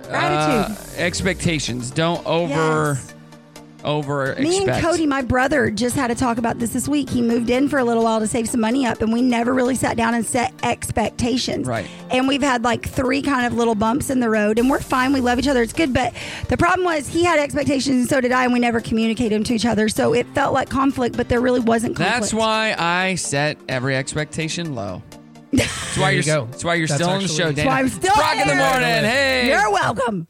Speaker 3: Gratitude.
Speaker 2: uh, expectations. Don't over over expect.
Speaker 3: Me and Cody, my brother, just had a talk about this this week. He moved in for a little while to save some money up, and we never really sat down and set expectations.
Speaker 12: Right.
Speaker 3: And we've had like three kind of little bumps in the road, and we're fine. We love each other. It's good. But the problem was he had expectations, and so did I, and we never communicated them to each other. So it felt like conflict, but there really wasn't conflict.
Speaker 2: That's why I set every expectation
Speaker 4: <laughs>
Speaker 2: low. That's
Speaker 4: There
Speaker 2: why
Speaker 4: you
Speaker 2: you're.
Speaker 4: go.
Speaker 2: That's why you're
Speaker 4: That's
Speaker 2: still on the
Speaker 4: actually-
Speaker 2: show,
Speaker 4: That's
Speaker 2: Dana.
Speaker 4: why I'm
Speaker 2: It's
Speaker 4: still
Speaker 2: Brock in the
Speaker 4: here.
Speaker 2: morning. Hey,
Speaker 3: You're welcome.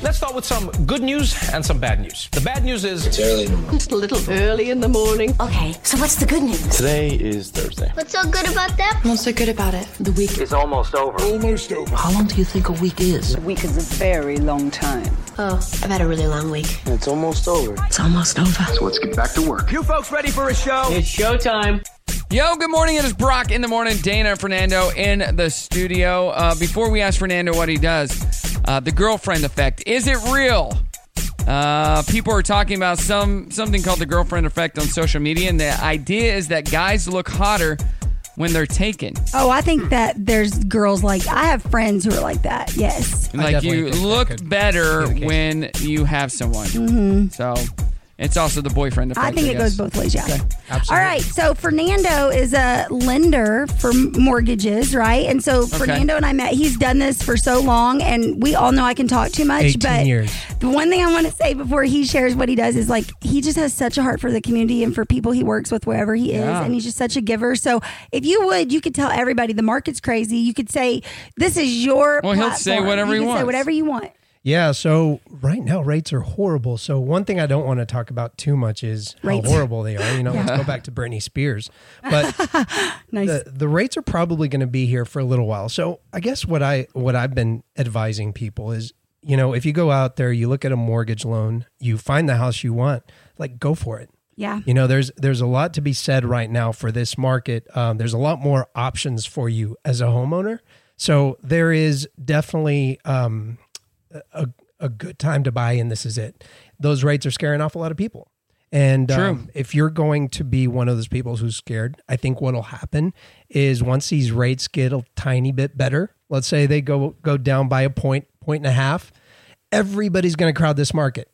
Speaker 14: Let's start with some good news and some bad news. The bad news is it's early.
Speaker 12: Just a little early in the morning. Okay, so what's the good news?
Speaker 13: Today is Thursday.
Speaker 12: What's so good about that? What's so good about it? The week is
Speaker 13: almost over. Almost over.
Speaker 12: How long do you think a week is? A week is a very long time. Oh, I've had a really long week.
Speaker 13: It's almost over. It's almost over. So let's get back to work.
Speaker 14: You folks ready for a show? It's showtime.
Speaker 2: Yo, good morning. It is Brock in the morning. Dana and Fernando in the studio. Uh, before we ask Fernando what he does, uh, the girlfriend effect is it real? Uh, people are talking about some something called the girlfriend effect on social media, and the idea is that guys look hotter when they're taken.
Speaker 3: Oh, I think that there's girls like I have friends who are like that. Yes.
Speaker 2: And like you look better when you have someone.
Speaker 4: Mm-hmm.
Speaker 3: Mhm.
Speaker 2: So it's also the boyfriend effect.
Speaker 3: I think it
Speaker 2: guess.
Speaker 3: goes both ways, yeah.
Speaker 2: Okay.
Speaker 3: All right. So Fernando is a lender for mortgages, right? And so
Speaker 12: Okay.
Speaker 3: Fernando and I met. He's done this for so long, and we all know I can talk too much.
Speaker 12: 18
Speaker 3: but
Speaker 12: years.
Speaker 3: the one thing I want to say before he shares what he does is like he just has such a heart for the community and for people he works with wherever he is,
Speaker 12: Yeah.
Speaker 3: and he's just such a giver. So if you would, you could tell everybody the market's crazy. You could say this is your.
Speaker 2: Well, he'll say
Speaker 3: platform.
Speaker 2: whatever
Speaker 3: you
Speaker 2: he
Speaker 3: can Say
Speaker 2: wants.
Speaker 3: whatever you want.
Speaker 4: Yeah, so right now rates are horrible. So one thing I don't want to talk about too much is
Speaker 3: Rates.
Speaker 4: how horrible they are. You know,
Speaker 3: Yeah.
Speaker 4: let's go back to Britney Spears.
Speaker 3: <laughs>
Speaker 4: But the, the rates are probably going to be here for a little while. So I guess what I what I've been advising people is, you know, if you go out there, you look at a mortgage loan, you find the house you want, like go for it.
Speaker 3: Yeah.
Speaker 4: You know, there's there's a lot to be said right now for this market. Um, there's a lot more options for you as a homeowner. So there is definitely um, a a good time to buy, and this is it. Those rates are scaring off a lot of people. And
Speaker 2: True.
Speaker 4: um, if you're going to be one of those people who's scared, I think what'll happen is once these rates get a tiny bit better, let's say they go go down by a point, point and a half, everybody's going to crowd this market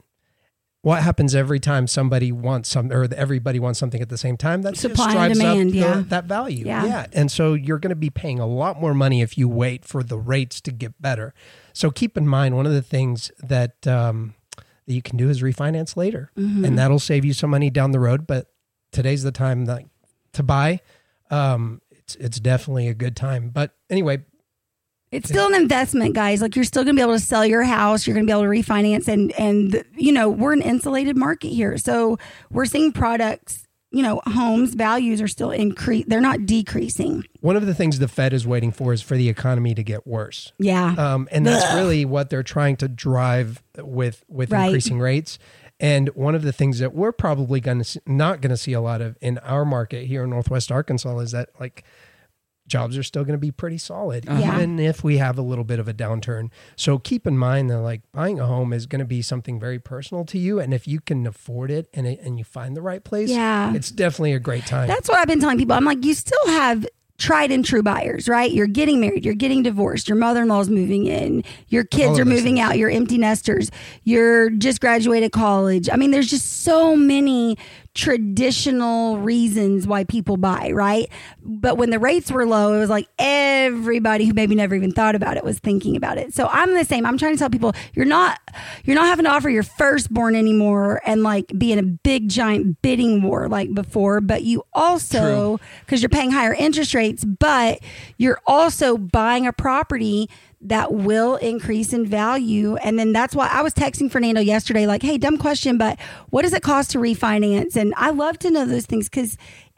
Speaker 4: what happens every time somebody wants some or everybody wants something at the same time that just
Speaker 3: Supply and
Speaker 4: drives up
Speaker 3: demand,
Speaker 4: the-
Speaker 3: yeah.
Speaker 4: that value
Speaker 3: Yeah.
Speaker 4: and so you're going to be paying a lot more money if you wait for the rates to get better so keep in mind one of the things that um, that you can do is refinance later
Speaker 3: Mm-hmm.
Speaker 15: Mhm.
Speaker 4: and that'll save you some money down the road but today's the time that, to buy um, it's, it's definitely a good time but anyway
Speaker 3: It's still an investment, guys. Like you're still going to be able to sell your house, you're going to be able to refinance and and you know, we're an insulated market here. So, we're seeing products, you know, homes values are still increase they're not decreasing.
Speaker 4: one of the things the Fed is waiting for is for the economy to get worse.
Speaker 3: Yeah.
Speaker 4: Um, and that's
Speaker 3: Ugh.
Speaker 4: really what they're trying to drive with with
Speaker 3: Right.
Speaker 4: increasing rates. And one of the things that we're probably going to not going to see a lot of in our market here in Northwest Arkansas is that like jobs are still going to be pretty solid
Speaker 3: Uh-huh.
Speaker 15: Yeah.
Speaker 4: even if we have a little bit of a downturn. So keep in mind that like buying a home is going to be something very personal to you and if you can afford it and it, and you find the right place,
Speaker 3: Yeah.
Speaker 4: it's definitely a great time.
Speaker 3: That's what I've been telling people. I'm like, you still have tried and true buyers, right? You're getting married, you're getting divorced, your mother in law's moving in, your
Speaker 4: All
Speaker 3: kids
Speaker 4: of
Speaker 3: are
Speaker 4: those
Speaker 3: moving out, you're empty nesters, you're just graduated college. I mean, there's just so many traditional reasons why people buy, right? But when the rates were low, it was like everybody who maybe never even thought about it was thinking about it. So I'm the same. I'm trying to tell people you're not you're not having to offer your firstborn anymore and like be in a big giant bidding war like before, but you also because you're paying higher interest rates, but you're also buying a property that will increase in value. And then that's why I was texting Fernando yesterday, like, hey, dumb question, but what does it cost to refinance? And I love to know those things because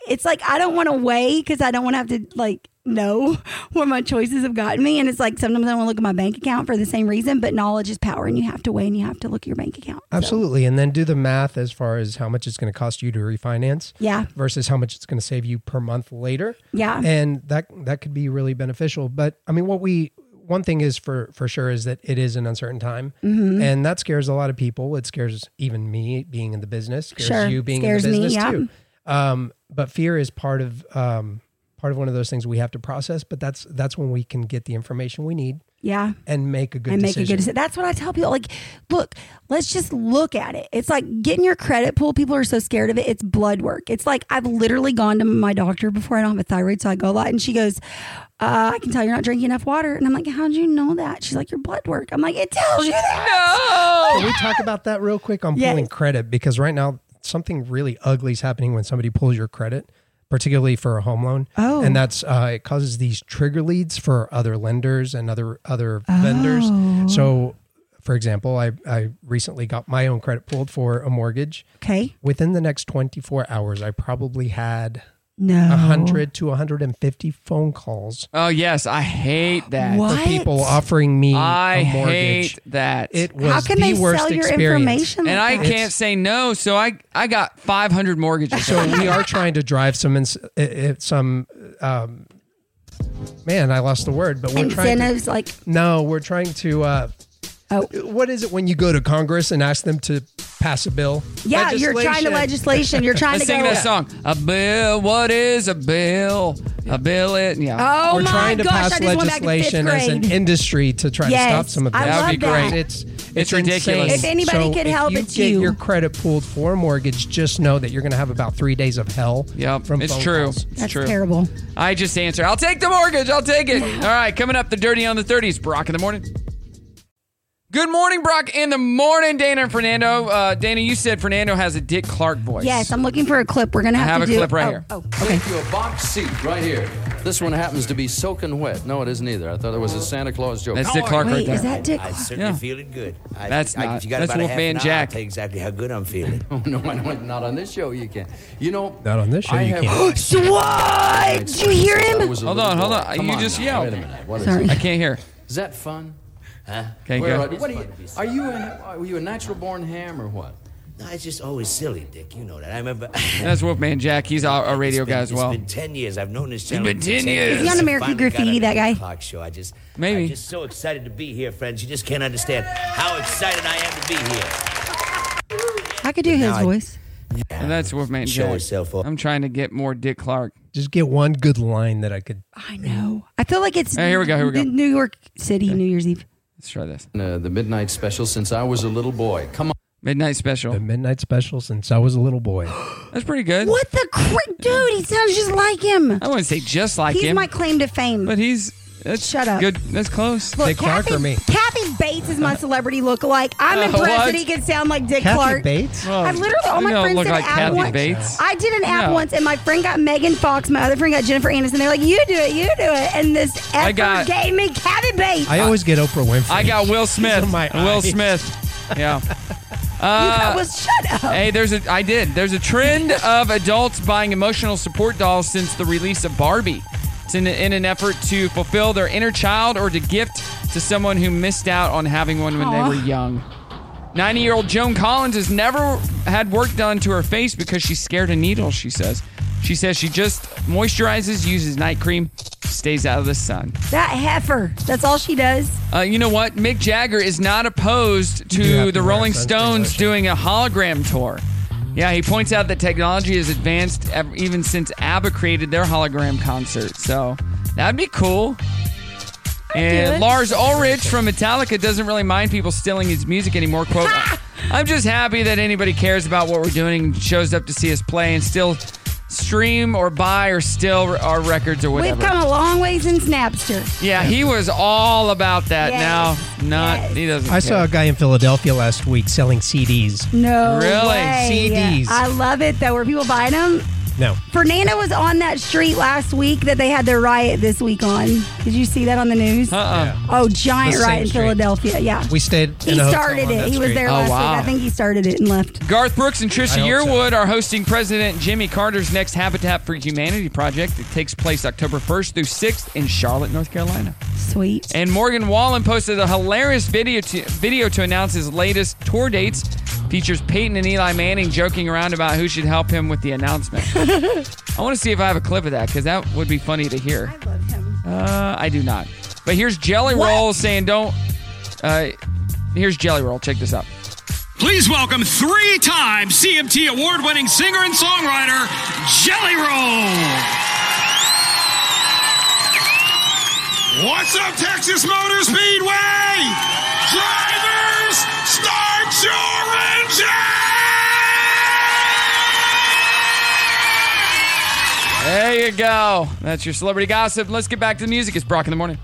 Speaker 3: it's like I don't want to weigh because I don't want to have to like know <laughs> where my choices have gotten me. And it's like sometimes I want to look at my bank account for the same reason, but knowledge is power and you have to weigh and you have to look at your bank account.
Speaker 4: Absolutely. And then do the math as far as how much it's going to cost you to refinance
Speaker 3: Yeah.
Speaker 4: versus how much it's going to save you per month later.
Speaker 3: Yeah.
Speaker 4: And that that could be really beneficial. But I mean what we one thing is for for sure is that it is an uncertain time.
Speaker 15: Mhm.
Speaker 4: And that scares a lot of people. It scares even me being in the business, scares
Speaker 15: Sure.
Speaker 4: you being
Speaker 15: Scares
Speaker 4: in
Speaker 15: me,
Speaker 4: the business
Speaker 15: yeah.
Speaker 4: too. Um but fear is part of um part of one of those things we have to process, but that's that's when we can get the information we need
Speaker 3: Yeah.
Speaker 4: and make a good
Speaker 3: and make
Speaker 4: decision.
Speaker 3: a good decision. That's what I tell people. Like, look, let's just look at it. It's like getting your credit pulled. People are so scared of it. It's blood work. It's like I've literally gone to my doctor before. I don't have a thyroid, so I go a lot, and she goes, uh, "I can tell you're not drinking enough water." And I'm like, "How'd you know that?" She's like, "Your blood work." I'm like, "It tells you that."
Speaker 4: Can we talk about that real quick on
Speaker 3: Yes.
Speaker 4: pulling credit? Because right now, something really ugly is happening when somebody pulls your credit, particularly for a home loan.
Speaker 15: Oh.
Speaker 4: and that's uh, it causes these trigger leads for other lenders and other other
Speaker 3: Oh.
Speaker 4: vendors. So, for example, I I recently got my own credit pulled for a mortgage.
Speaker 3: Okay.
Speaker 4: Within the next twenty four hours, I probably had
Speaker 3: No.
Speaker 4: hundred to hundred and fifty phone calls
Speaker 2: Oh yes, I hate that.
Speaker 4: for people offering me
Speaker 2: I
Speaker 4: a mortgage.
Speaker 2: hate that.
Speaker 4: It was the worst experience.
Speaker 2: and I can't say no, so I I got 500 mortgages.
Speaker 4: So we are trying to drive some ins- i- i- some um, man, I lost the word, but we're trying
Speaker 3: Incentives, Oh.
Speaker 4: to,
Speaker 3: like
Speaker 4: no, we're trying to. Uh, What is it when you go to Congress and ask them to pass a bill?
Speaker 3: Yeah, you're trying to legislation.
Speaker 4: <laughs>
Speaker 3: You're trying
Speaker 2: Let's
Speaker 3: to
Speaker 2: sing
Speaker 3: go-
Speaker 2: that song. A bill. What is a bill? A bill. It. Yeah.
Speaker 3: Oh
Speaker 4: we're
Speaker 3: my
Speaker 4: trying to
Speaker 3: gosh, I
Speaker 4: pass
Speaker 3: just went back to fifth
Speaker 4: legislation as an <laughs>
Speaker 3: grade.
Speaker 4: industry to try
Speaker 3: Yes,
Speaker 4: to stop some of
Speaker 3: I
Speaker 4: that.
Speaker 3: That would be love that. great.
Speaker 4: It's it's,
Speaker 2: It's ridiculous.
Speaker 4: insane.
Speaker 3: If anybody
Speaker 4: So
Speaker 3: could help,
Speaker 4: if you
Speaker 3: it's
Speaker 4: get
Speaker 3: you.
Speaker 4: your credit pulled for a mortgage, just know that you're going to have about three days of hell. Yep, from
Speaker 2: It's
Speaker 4: phone
Speaker 2: true.
Speaker 4: calls.
Speaker 2: It's true.
Speaker 3: terrible.
Speaker 2: I just answer. I'll take the mortgage. I'll take it. All right. Coming up, the dirty on the 30s. Brock in the morning. Good morning, Brock. In the morning, Dana and Fernando. Uh, Dana, you said Fernando has a Dick Clark voice.
Speaker 3: Yes, I'm looking for a clip. We're gonna
Speaker 2: I
Speaker 3: have,
Speaker 2: have
Speaker 3: to
Speaker 2: a
Speaker 3: do
Speaker 2: clip right
Speaker 3: oh,
Speaker 2: here.
Speaker 3: Oh,
Speaker 16: Take you a box seat right here. This one happens to be soaking wet. No, it isn't either. I thought it was a Santa Claus joke.
Speaker 2: Oh. That's Dick Clark right Wait, is there. that
Speaker 16: Dick
Speaker 17: I certainly feel it good. I,
Speaker 16: That's
Speaker 17: I,
Speaker 16: not-
Speaker 17: if you got
Speaker 16: that's
Speaker 17: about a half
Speaker 16: Wolfman
Speaker 17: an hour,
Speaker 16: Jack.
Speaker 17: I'll tell you exactly how good I'm feeling.
Speaker 16: Oh, <laughs> no, I don't- not on this show you can't. You know,
Speaker 4: Not on this show
Speaker 16: I
Speaker 4: you
Speaker 16: have-
Speaker 4: can't.
Speaker 3: Swag! Did you hear him?
Speaker 16: That was a
Speaker 2: Hold
Speaker 16: little
Speaker 2: on, hold
Speaker 16: boy.
Speaker 2: on.
Speaker 16: Come
Speaker 2: You
Speaker 16: on
Speaker 2: just
Speaker 16: now.
Speaker 2: yelled.
Speaker 16: Wait a minute. What is
Speaker 2: Sorry.
Speaker 16: it?
Speaker 2: I can't hear.
Speaker 16: Is that fun? Huh?
Speaker 2: Okay,
Speaker 16: Where
Speaker 2: go.
Speaker 16: are, what are you? Are you a, are you a natural born ham or what?
Speaker 17: No, it's just always silly, Dick. You know that. I remember.
Speaker 2: And that's Wolfman Jack. He's our, our radio guy as well.
Speaker 17: It's been ten years. I've known this channel.
Speaker 2: been
Speaker 17: for
Speaker 2: 10 years.
Speaker 3: He's on American
Speaker 17: Finally got
Speaker 3: Graffiti,
Speaker 17: on
Speaker 3: that guy.
Speaker 17: Talk show. I just
Speaker 2: maybe.
Speaker 17: I'm just so excited to be here, friends. You just can't understand how excited I am to be here.
Speaker 3: I could do his
Speaker 17: I-
Speaker 3: voice.
Speaker 2: And that's Wolfman
Speaker 17: Show
Speaker 2: Jack.
Speaker 17: yourself off.
Speaker 2: I'm trying to get more Dick Clark.
Speaker 4: Just get one good line that I could.
Speaker 3: I know. I feel like it's
Speaker 2: Hey, here we go, here we go.
Speaker 3: N- New York City, New Year's Eve.
Speaker 2: Let's try this.
Speaker 16: Uh, the midnight special since I was a little boy. Come on.
Speaker 2: Midnight special.
Speaker 4: The midnight special since I was a little boy.
Speaker 2: That's pretty good.
Speaker 3: What the cra- dude? He sounds just like him.
Speaker 2: I wouldn't say just like
Speaker 3: he's
Speaker 2: him,
Speaker 3: my claim to fame.
Speaker 2: but he's that's
Speaker 3: Shut up.
Speaker 2: good. That's close.
Speaker 3: Look, Kathy, Kathy Bates is my celebrity lookalike. I'm
Speaker 2: Uh,
Speaker 3: impressed
Speaker 2: what?
Speaker 3: that he can sound like Dick
Speaker 2: Kathy
Speaker 3: Clark.
Speaker 2: Bates?
Speaker 3: I literally, all
Speaker 2: You
Speaker 3: my
Speaker 2: don't
Speaker 3: friends
Speaker 2: look
Speaker 3: did
Speaker 2: like
Speaker 3: an app
Speaker 2: Kathy
Speaker 3: once.
Speaker 2: Bates.
Speaker 3: I did an app
Speaker 2: No.
Speaker 3: once, and my friend got Megan Fox. My other friend got Jennifer Aniston. They're like, "You do it, you do it," and this
Speaker 2: I
Speaker 3: effort
Speaker 2: got-
Speaker 3: gave me Kathy Bates.
Speaker 4: I always get Oprah Winfrey.
Speaker 2: I got
Speaker 4: <laughs>
Speaker 2: Will Smith.
Speaker 4: These are my
Speaker 2: Will
Speaker 4: eyes.
Speaker 2: Smith. Yeah.
Speaker 3: I
Speaker 2: Uh,
Speaker 3: was shut up.
Speaker 2: hey, there's a. I did. There's a trend of adults buying emotional support dolls since the release of Barbie. It's in, in an effort to fulfill their inner child or to gift to someone who missed out on having one when
Speaker 1: Aw.
Speaker 2: they were young. 90 year old Joan Collins has never had work done to her face because she's scared of needles, she says. She says she just moisturizes, uses night cream, stays out of the sun.
Speaker 3: That heifer. That's all she does.
Speaker 2: Uh, you know what? Mick Jagger is not opposed
Speaker 3: You do
Speaker 2: to
Speaker 3: have to
Speaker 2: the
Speaker 3: wear
Speaker 2: Rolling
Speaker 3: sunscreen
Speaker 2: Stones doing a hologram tour. Yeah, he points out that technology has advanced ev- even since ABBA created their hologram concert. So that'd be cool.
Speaker 1: do
Speaker 2: And
Speaker 1: it.
Speaker 2: Lars Ulrich from Metallica doesn't really mind people stealing his music anymore. Quote, I'm just happy that anybody cares about what we're doing and shows up to see us play and still stream or buy or steal our records or whatever.
Speaker 3: We've come a long way since Napster.
Speaker 2: Yeah, he was all about that.
Speaker 3: Yes.
Speaker 2: Now, not he doesn't.
Speaker 4: I saw a guy in Philadelphia last week selling CDs.
Speaker 3: No
Speaker 2: Really?
Speaker 3: way.
Speaker 4: CDs.
Speaker 3: I love it though. Were people buying them?
Speaker 4: No.
Speaker 3: Fernando was on that street last week that they had their riot this week on. Did you see that on the news?
Speaker 2: Uh-uh.
Speaker 3: Oh, giant
Speaker 4: The same
Speaker 3: riot in
Speaker 4: street.
Speaker 3: Philadelphia. Yeah.
Speaker 4: We stayed. in
Speaker 3: He
Speaker 4: a hotel
Speaker 3: started
Speaker 4: on
Speaker 3: it.
Speaker 4: that
Speaker 3: He was
Speaker 4: street.
Speaker 3: there
Speaker 2: Oh,
Speaker 3: last
Speaker 2: wow.
Speaker 3: week. I think he started it and left.
Speaker 2: Garth Brooks and Trisha
Speaker 3: I hope so.
Speaker 2: Yearwood are hosting President Jimmy Carter's next Habitat for Humanity project. It takes place October 1st through 6th in Charlotte, North Carolina.
Speaker 3: Sweet.
Speaker 2: And Morgan Wallen posted a hilarious video to, video to announce his latest tour dates. Features Peyton and Eli Manning joking around about who should help him with the
Speaker 3: <laughs>
Speaker 2: announcement. I want to see if I have a clip of that because that would be funny to hear. I love him. Uh, I do not. But here's Jelly Roll saying, "Don't." Uh, here's Jelly Roll. Check this out.
Speaker 15: Please welcome three-time CMT award-winning singer and songwriter Jelly Roll.
Speaker 18: What's up, Texas Motor Speedway? Drivers, start your engine!
Speaker 2: There you go. That's your celebrity gossip. Let's get back to the music. It's Brock in the morning.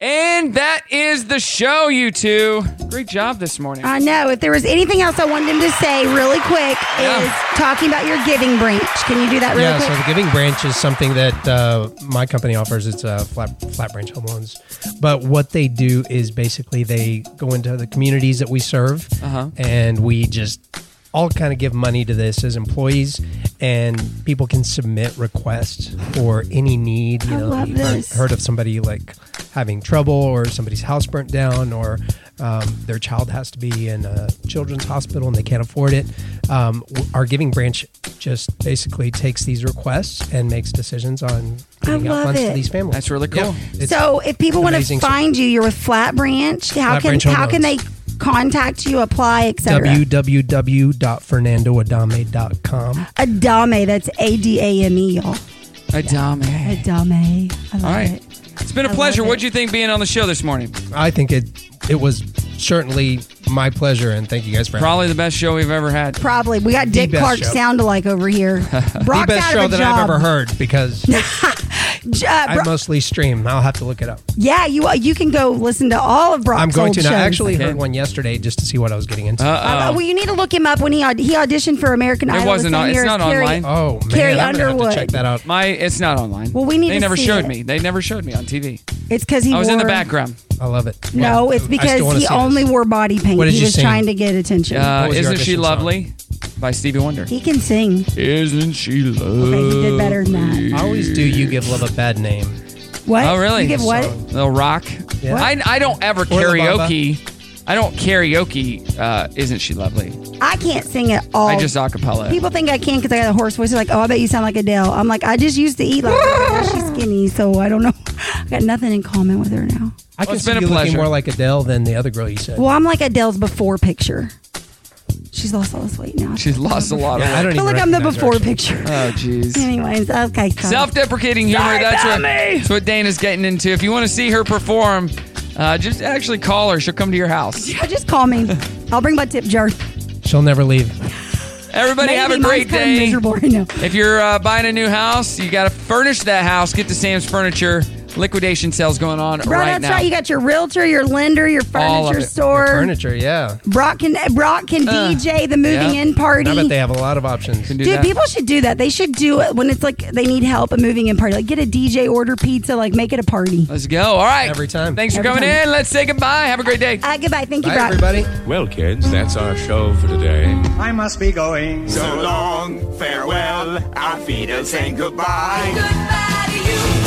Speaker 2: And that is the show, you two. Great job this morning.
Speaker 3: I know. If there was anything else I wanted him to say really quick is talking about your giving branch. Can you do that really
Speaker 4: yeah,
Speaker 3: quick?
Speaker 4: so the giving branch is something that uh, my company offers. It's uh, flat flat branch home loans, but what they do is basically they go into the communities that we serve,
Speaker 2: Uh-huh.
Speaker 4: and we just all kind of give money to this as employees, and people can submit requests for any need. You
Speaker 3: I
Speaker 4: know,
Speaker 3: love
Speaker 4: you heard,
Speaker 3: this.
Speaker 4: heard of somebody like having trouble, or somebody's house burnt down, or um, their child has to be in a children's hospital and they can't afford it. Um, w- our giving branch just basically takes these requests and makes decisions on giving out
Speaker 3: love
Speaker 4: funds
Speaker 3: it.
Speaker 4: to these families. That's
Speaker 2: really
Speaker 4: cool.
Speaker 3: So if people want to find you, you're with Flat Branch. How
Speaker 4: Flat Branch
Speaker 3: can
Speaker 4: Home
Speaker 3: how can they contact you, apply, etc.?
Speaker 4: www.fernandoadame.com.
Speaker 3: Adame. That's A D A M E, y'all.
Speaker 2: Adame.
Speaker 3: Adame. I love
Speaker 2: All right.
Speaker 3: it.
Speaker 2: It's been a pleasure. What'd you think being on the show this morning?
Speaker 4: I think it it was certainly my pleasure, and thank you guys for
Speaker 2: Probably the best show we've ever had.
Speaker 3: Probably. We got
Speaker 4: The
Speaker 3: Dick
Speaker 4: best
Speaker 3: Clark
Speaker 4: show.
Speaker 3: sound alike over here.
Speaker 4: <laughs> the
Speaker 3: Brock's
Speaker 4: best
Speaker 3: out of
Speaker 4: show
Speaker 3: a
Speaker 4: that
Speaker 3: job.
Speaker 4: I've ever heard because
Speaker 3: J- uh,
Speaker 4: I
Speaker 3: Bro-
Speaker 4: mostly stream. I'll have to look it up.
Speaker 3: yeah, you uh, you can go listen to all of Brock's
Speaker 4: I'm going
Speaker 3: old
Speaker 4: to. Now,
Speaker 3: shows.
Speaker 4: I actually heard one yesterday just to see what I was getting into.
Speaker 3: Uh, well, you need to look him up when he aud- he auditioned for American
Speaker 2: It
Speaker 3: Idol.
Speaker 2: wasn't.
Speaker 3: the same
Speaker 2: On, it's
Speaker 3: year as
Speaker 2: not
Speaker 3: Carrie-
Speaker 2: online.
Speaker 4: Oh man,
Speaker 3: Carrie
Speaker 4: I'm gonna have to
Speaker 3: Underwood.
Speaker 4: check that out.
Speaker 2: My, it's not online.
Speaker 3: Well, we need
Speaker 2: They
Speaker 3: to
Speaker 2: never
Speaker 3: see
Speaker 2: showed
Speaker 3: it.
Speaker 2: me. They never showed me on TV.
Speaker 3: It's because he
Speaker 2: I was in the
Speaker 3: wore-
Speaker 2: background.
Speaker 4: I love it.
Speaker 3: No, it's because he only wore body paint.
Speaker 2: What did
Speaker 3: he
Speaker 2: you
Speaker 3: was
Speaker 2: sing?
Speaker 3: trying to get attention.
Speaker 2: Uh, Isn't she lovely? By Stevie Wonder.
Speaker 3: He can sing.
Speaker 2: Isn't she lovely?
Speaker 3: Okay, he did better than that.
Speaker 4: I always do. You give love a bad name.
Speaker 3: What?
Speaker 2: Oh, really?
Speaker 3: You give what?
Speaker 2: They'll rock.
Speaker 4: Yeah.
Speaker 2: I, I don't ever
Speaker 4: Or La Bamba.
Speaker 2: karaoke I don't karaoke. Uh, Isn't she lovely?
Speaker 3: I can't sing at all.
Speaker 2: I just acapella.
Speaker 3: Oh. People think I can because I got a horse voice. They're like, oh, I bet you sound like Adele. I'm like, I just used to eat like her. Now she's skinny, so I don't know. <laughs> I got nothing in common with her now.
Speaker 4: I can
Speaker 2: it's
Speaker 4: see
Speaker 2: been a
Speaker 4: you looking
Speaker 2: pleasure.
Speaker 4: more like Adele than the other girl you said.
Speaker 3: Well, I'm like Adele's before picture. She's lost all this weight now.
Speaker 2: She's lost a lot of
Speaker 4: Yeah, I
Speaker 2: weight.
Speaker 4: don't
Speaker 3: I feel like I'm the before picture.
Speaker 2: Oh, jeez.
Speaker 3: <laughs> Anyways, okay. cut.
Speaker 2: Self-deprecating humor.
Speaker 3: Sorry,
Speaker 2: that's what,
Speaker 3: dummy!
Speaker 2: that's what Dana's getting into. If you want to see her perform, uh, just actually call her. She'll come to your house.
Speaker 3: Yeah, just call me.
Speaker 2: <laughs>
Speaker 3: I'll bring my tip jar.
Speaker 4: She'll never leave.
Speaker 2: Everybody
Speaker 3: Maybe
Speaker 2: have a
Speaker 3: mine's
Speaker 2: great
Speaker 3: kinda
Speaker 2: day.
Speaker 3: miserable right now.
Speaker 2: If you're uh, buying a new house, you got to furnish that house. Get to Sam's Furniture. Liquidation sales going on
Speaker 3: Bro,
Speaker 2: right
Speaker 3: that's
Speaker 2: now.
Speaker 3: right. You got your realtor, your lender, your
Speaker 2: All of
Speaker 3: furniture
Speaker 2: it.
Speaker 3: store.
Speaker 4: yeah.
Speaker 3: Brock can Brock can DJ the moving in party.
Speaker 4: I bet they have a lot of options.
Speaker 3: Dude, people should do that. They should do it when it's like they need help a moving in party. Like get a DJ, order pizza, like make it a party.
Speaker 2: Let's go. All right. Every
Speaker 4: time.
Speaker 2: Thanks for
Speaker 3: Every
Speaker 2: coming
Speaker 3: time.
Speaker 2: in. Let's say goodbye. Have a great day.
Speaker 3: Uh, goodbye. Thank
Speaker 2: Bye,
Speaker 3: you, Brock.
Speaker 2: everybody.
Speaker 19: Well, kids, that's our show for today.
Speaker 8: I must be going.
Speaker 19: So long, farewell, our feet are saying goodbye.
Speaker 8: Goodbye to you.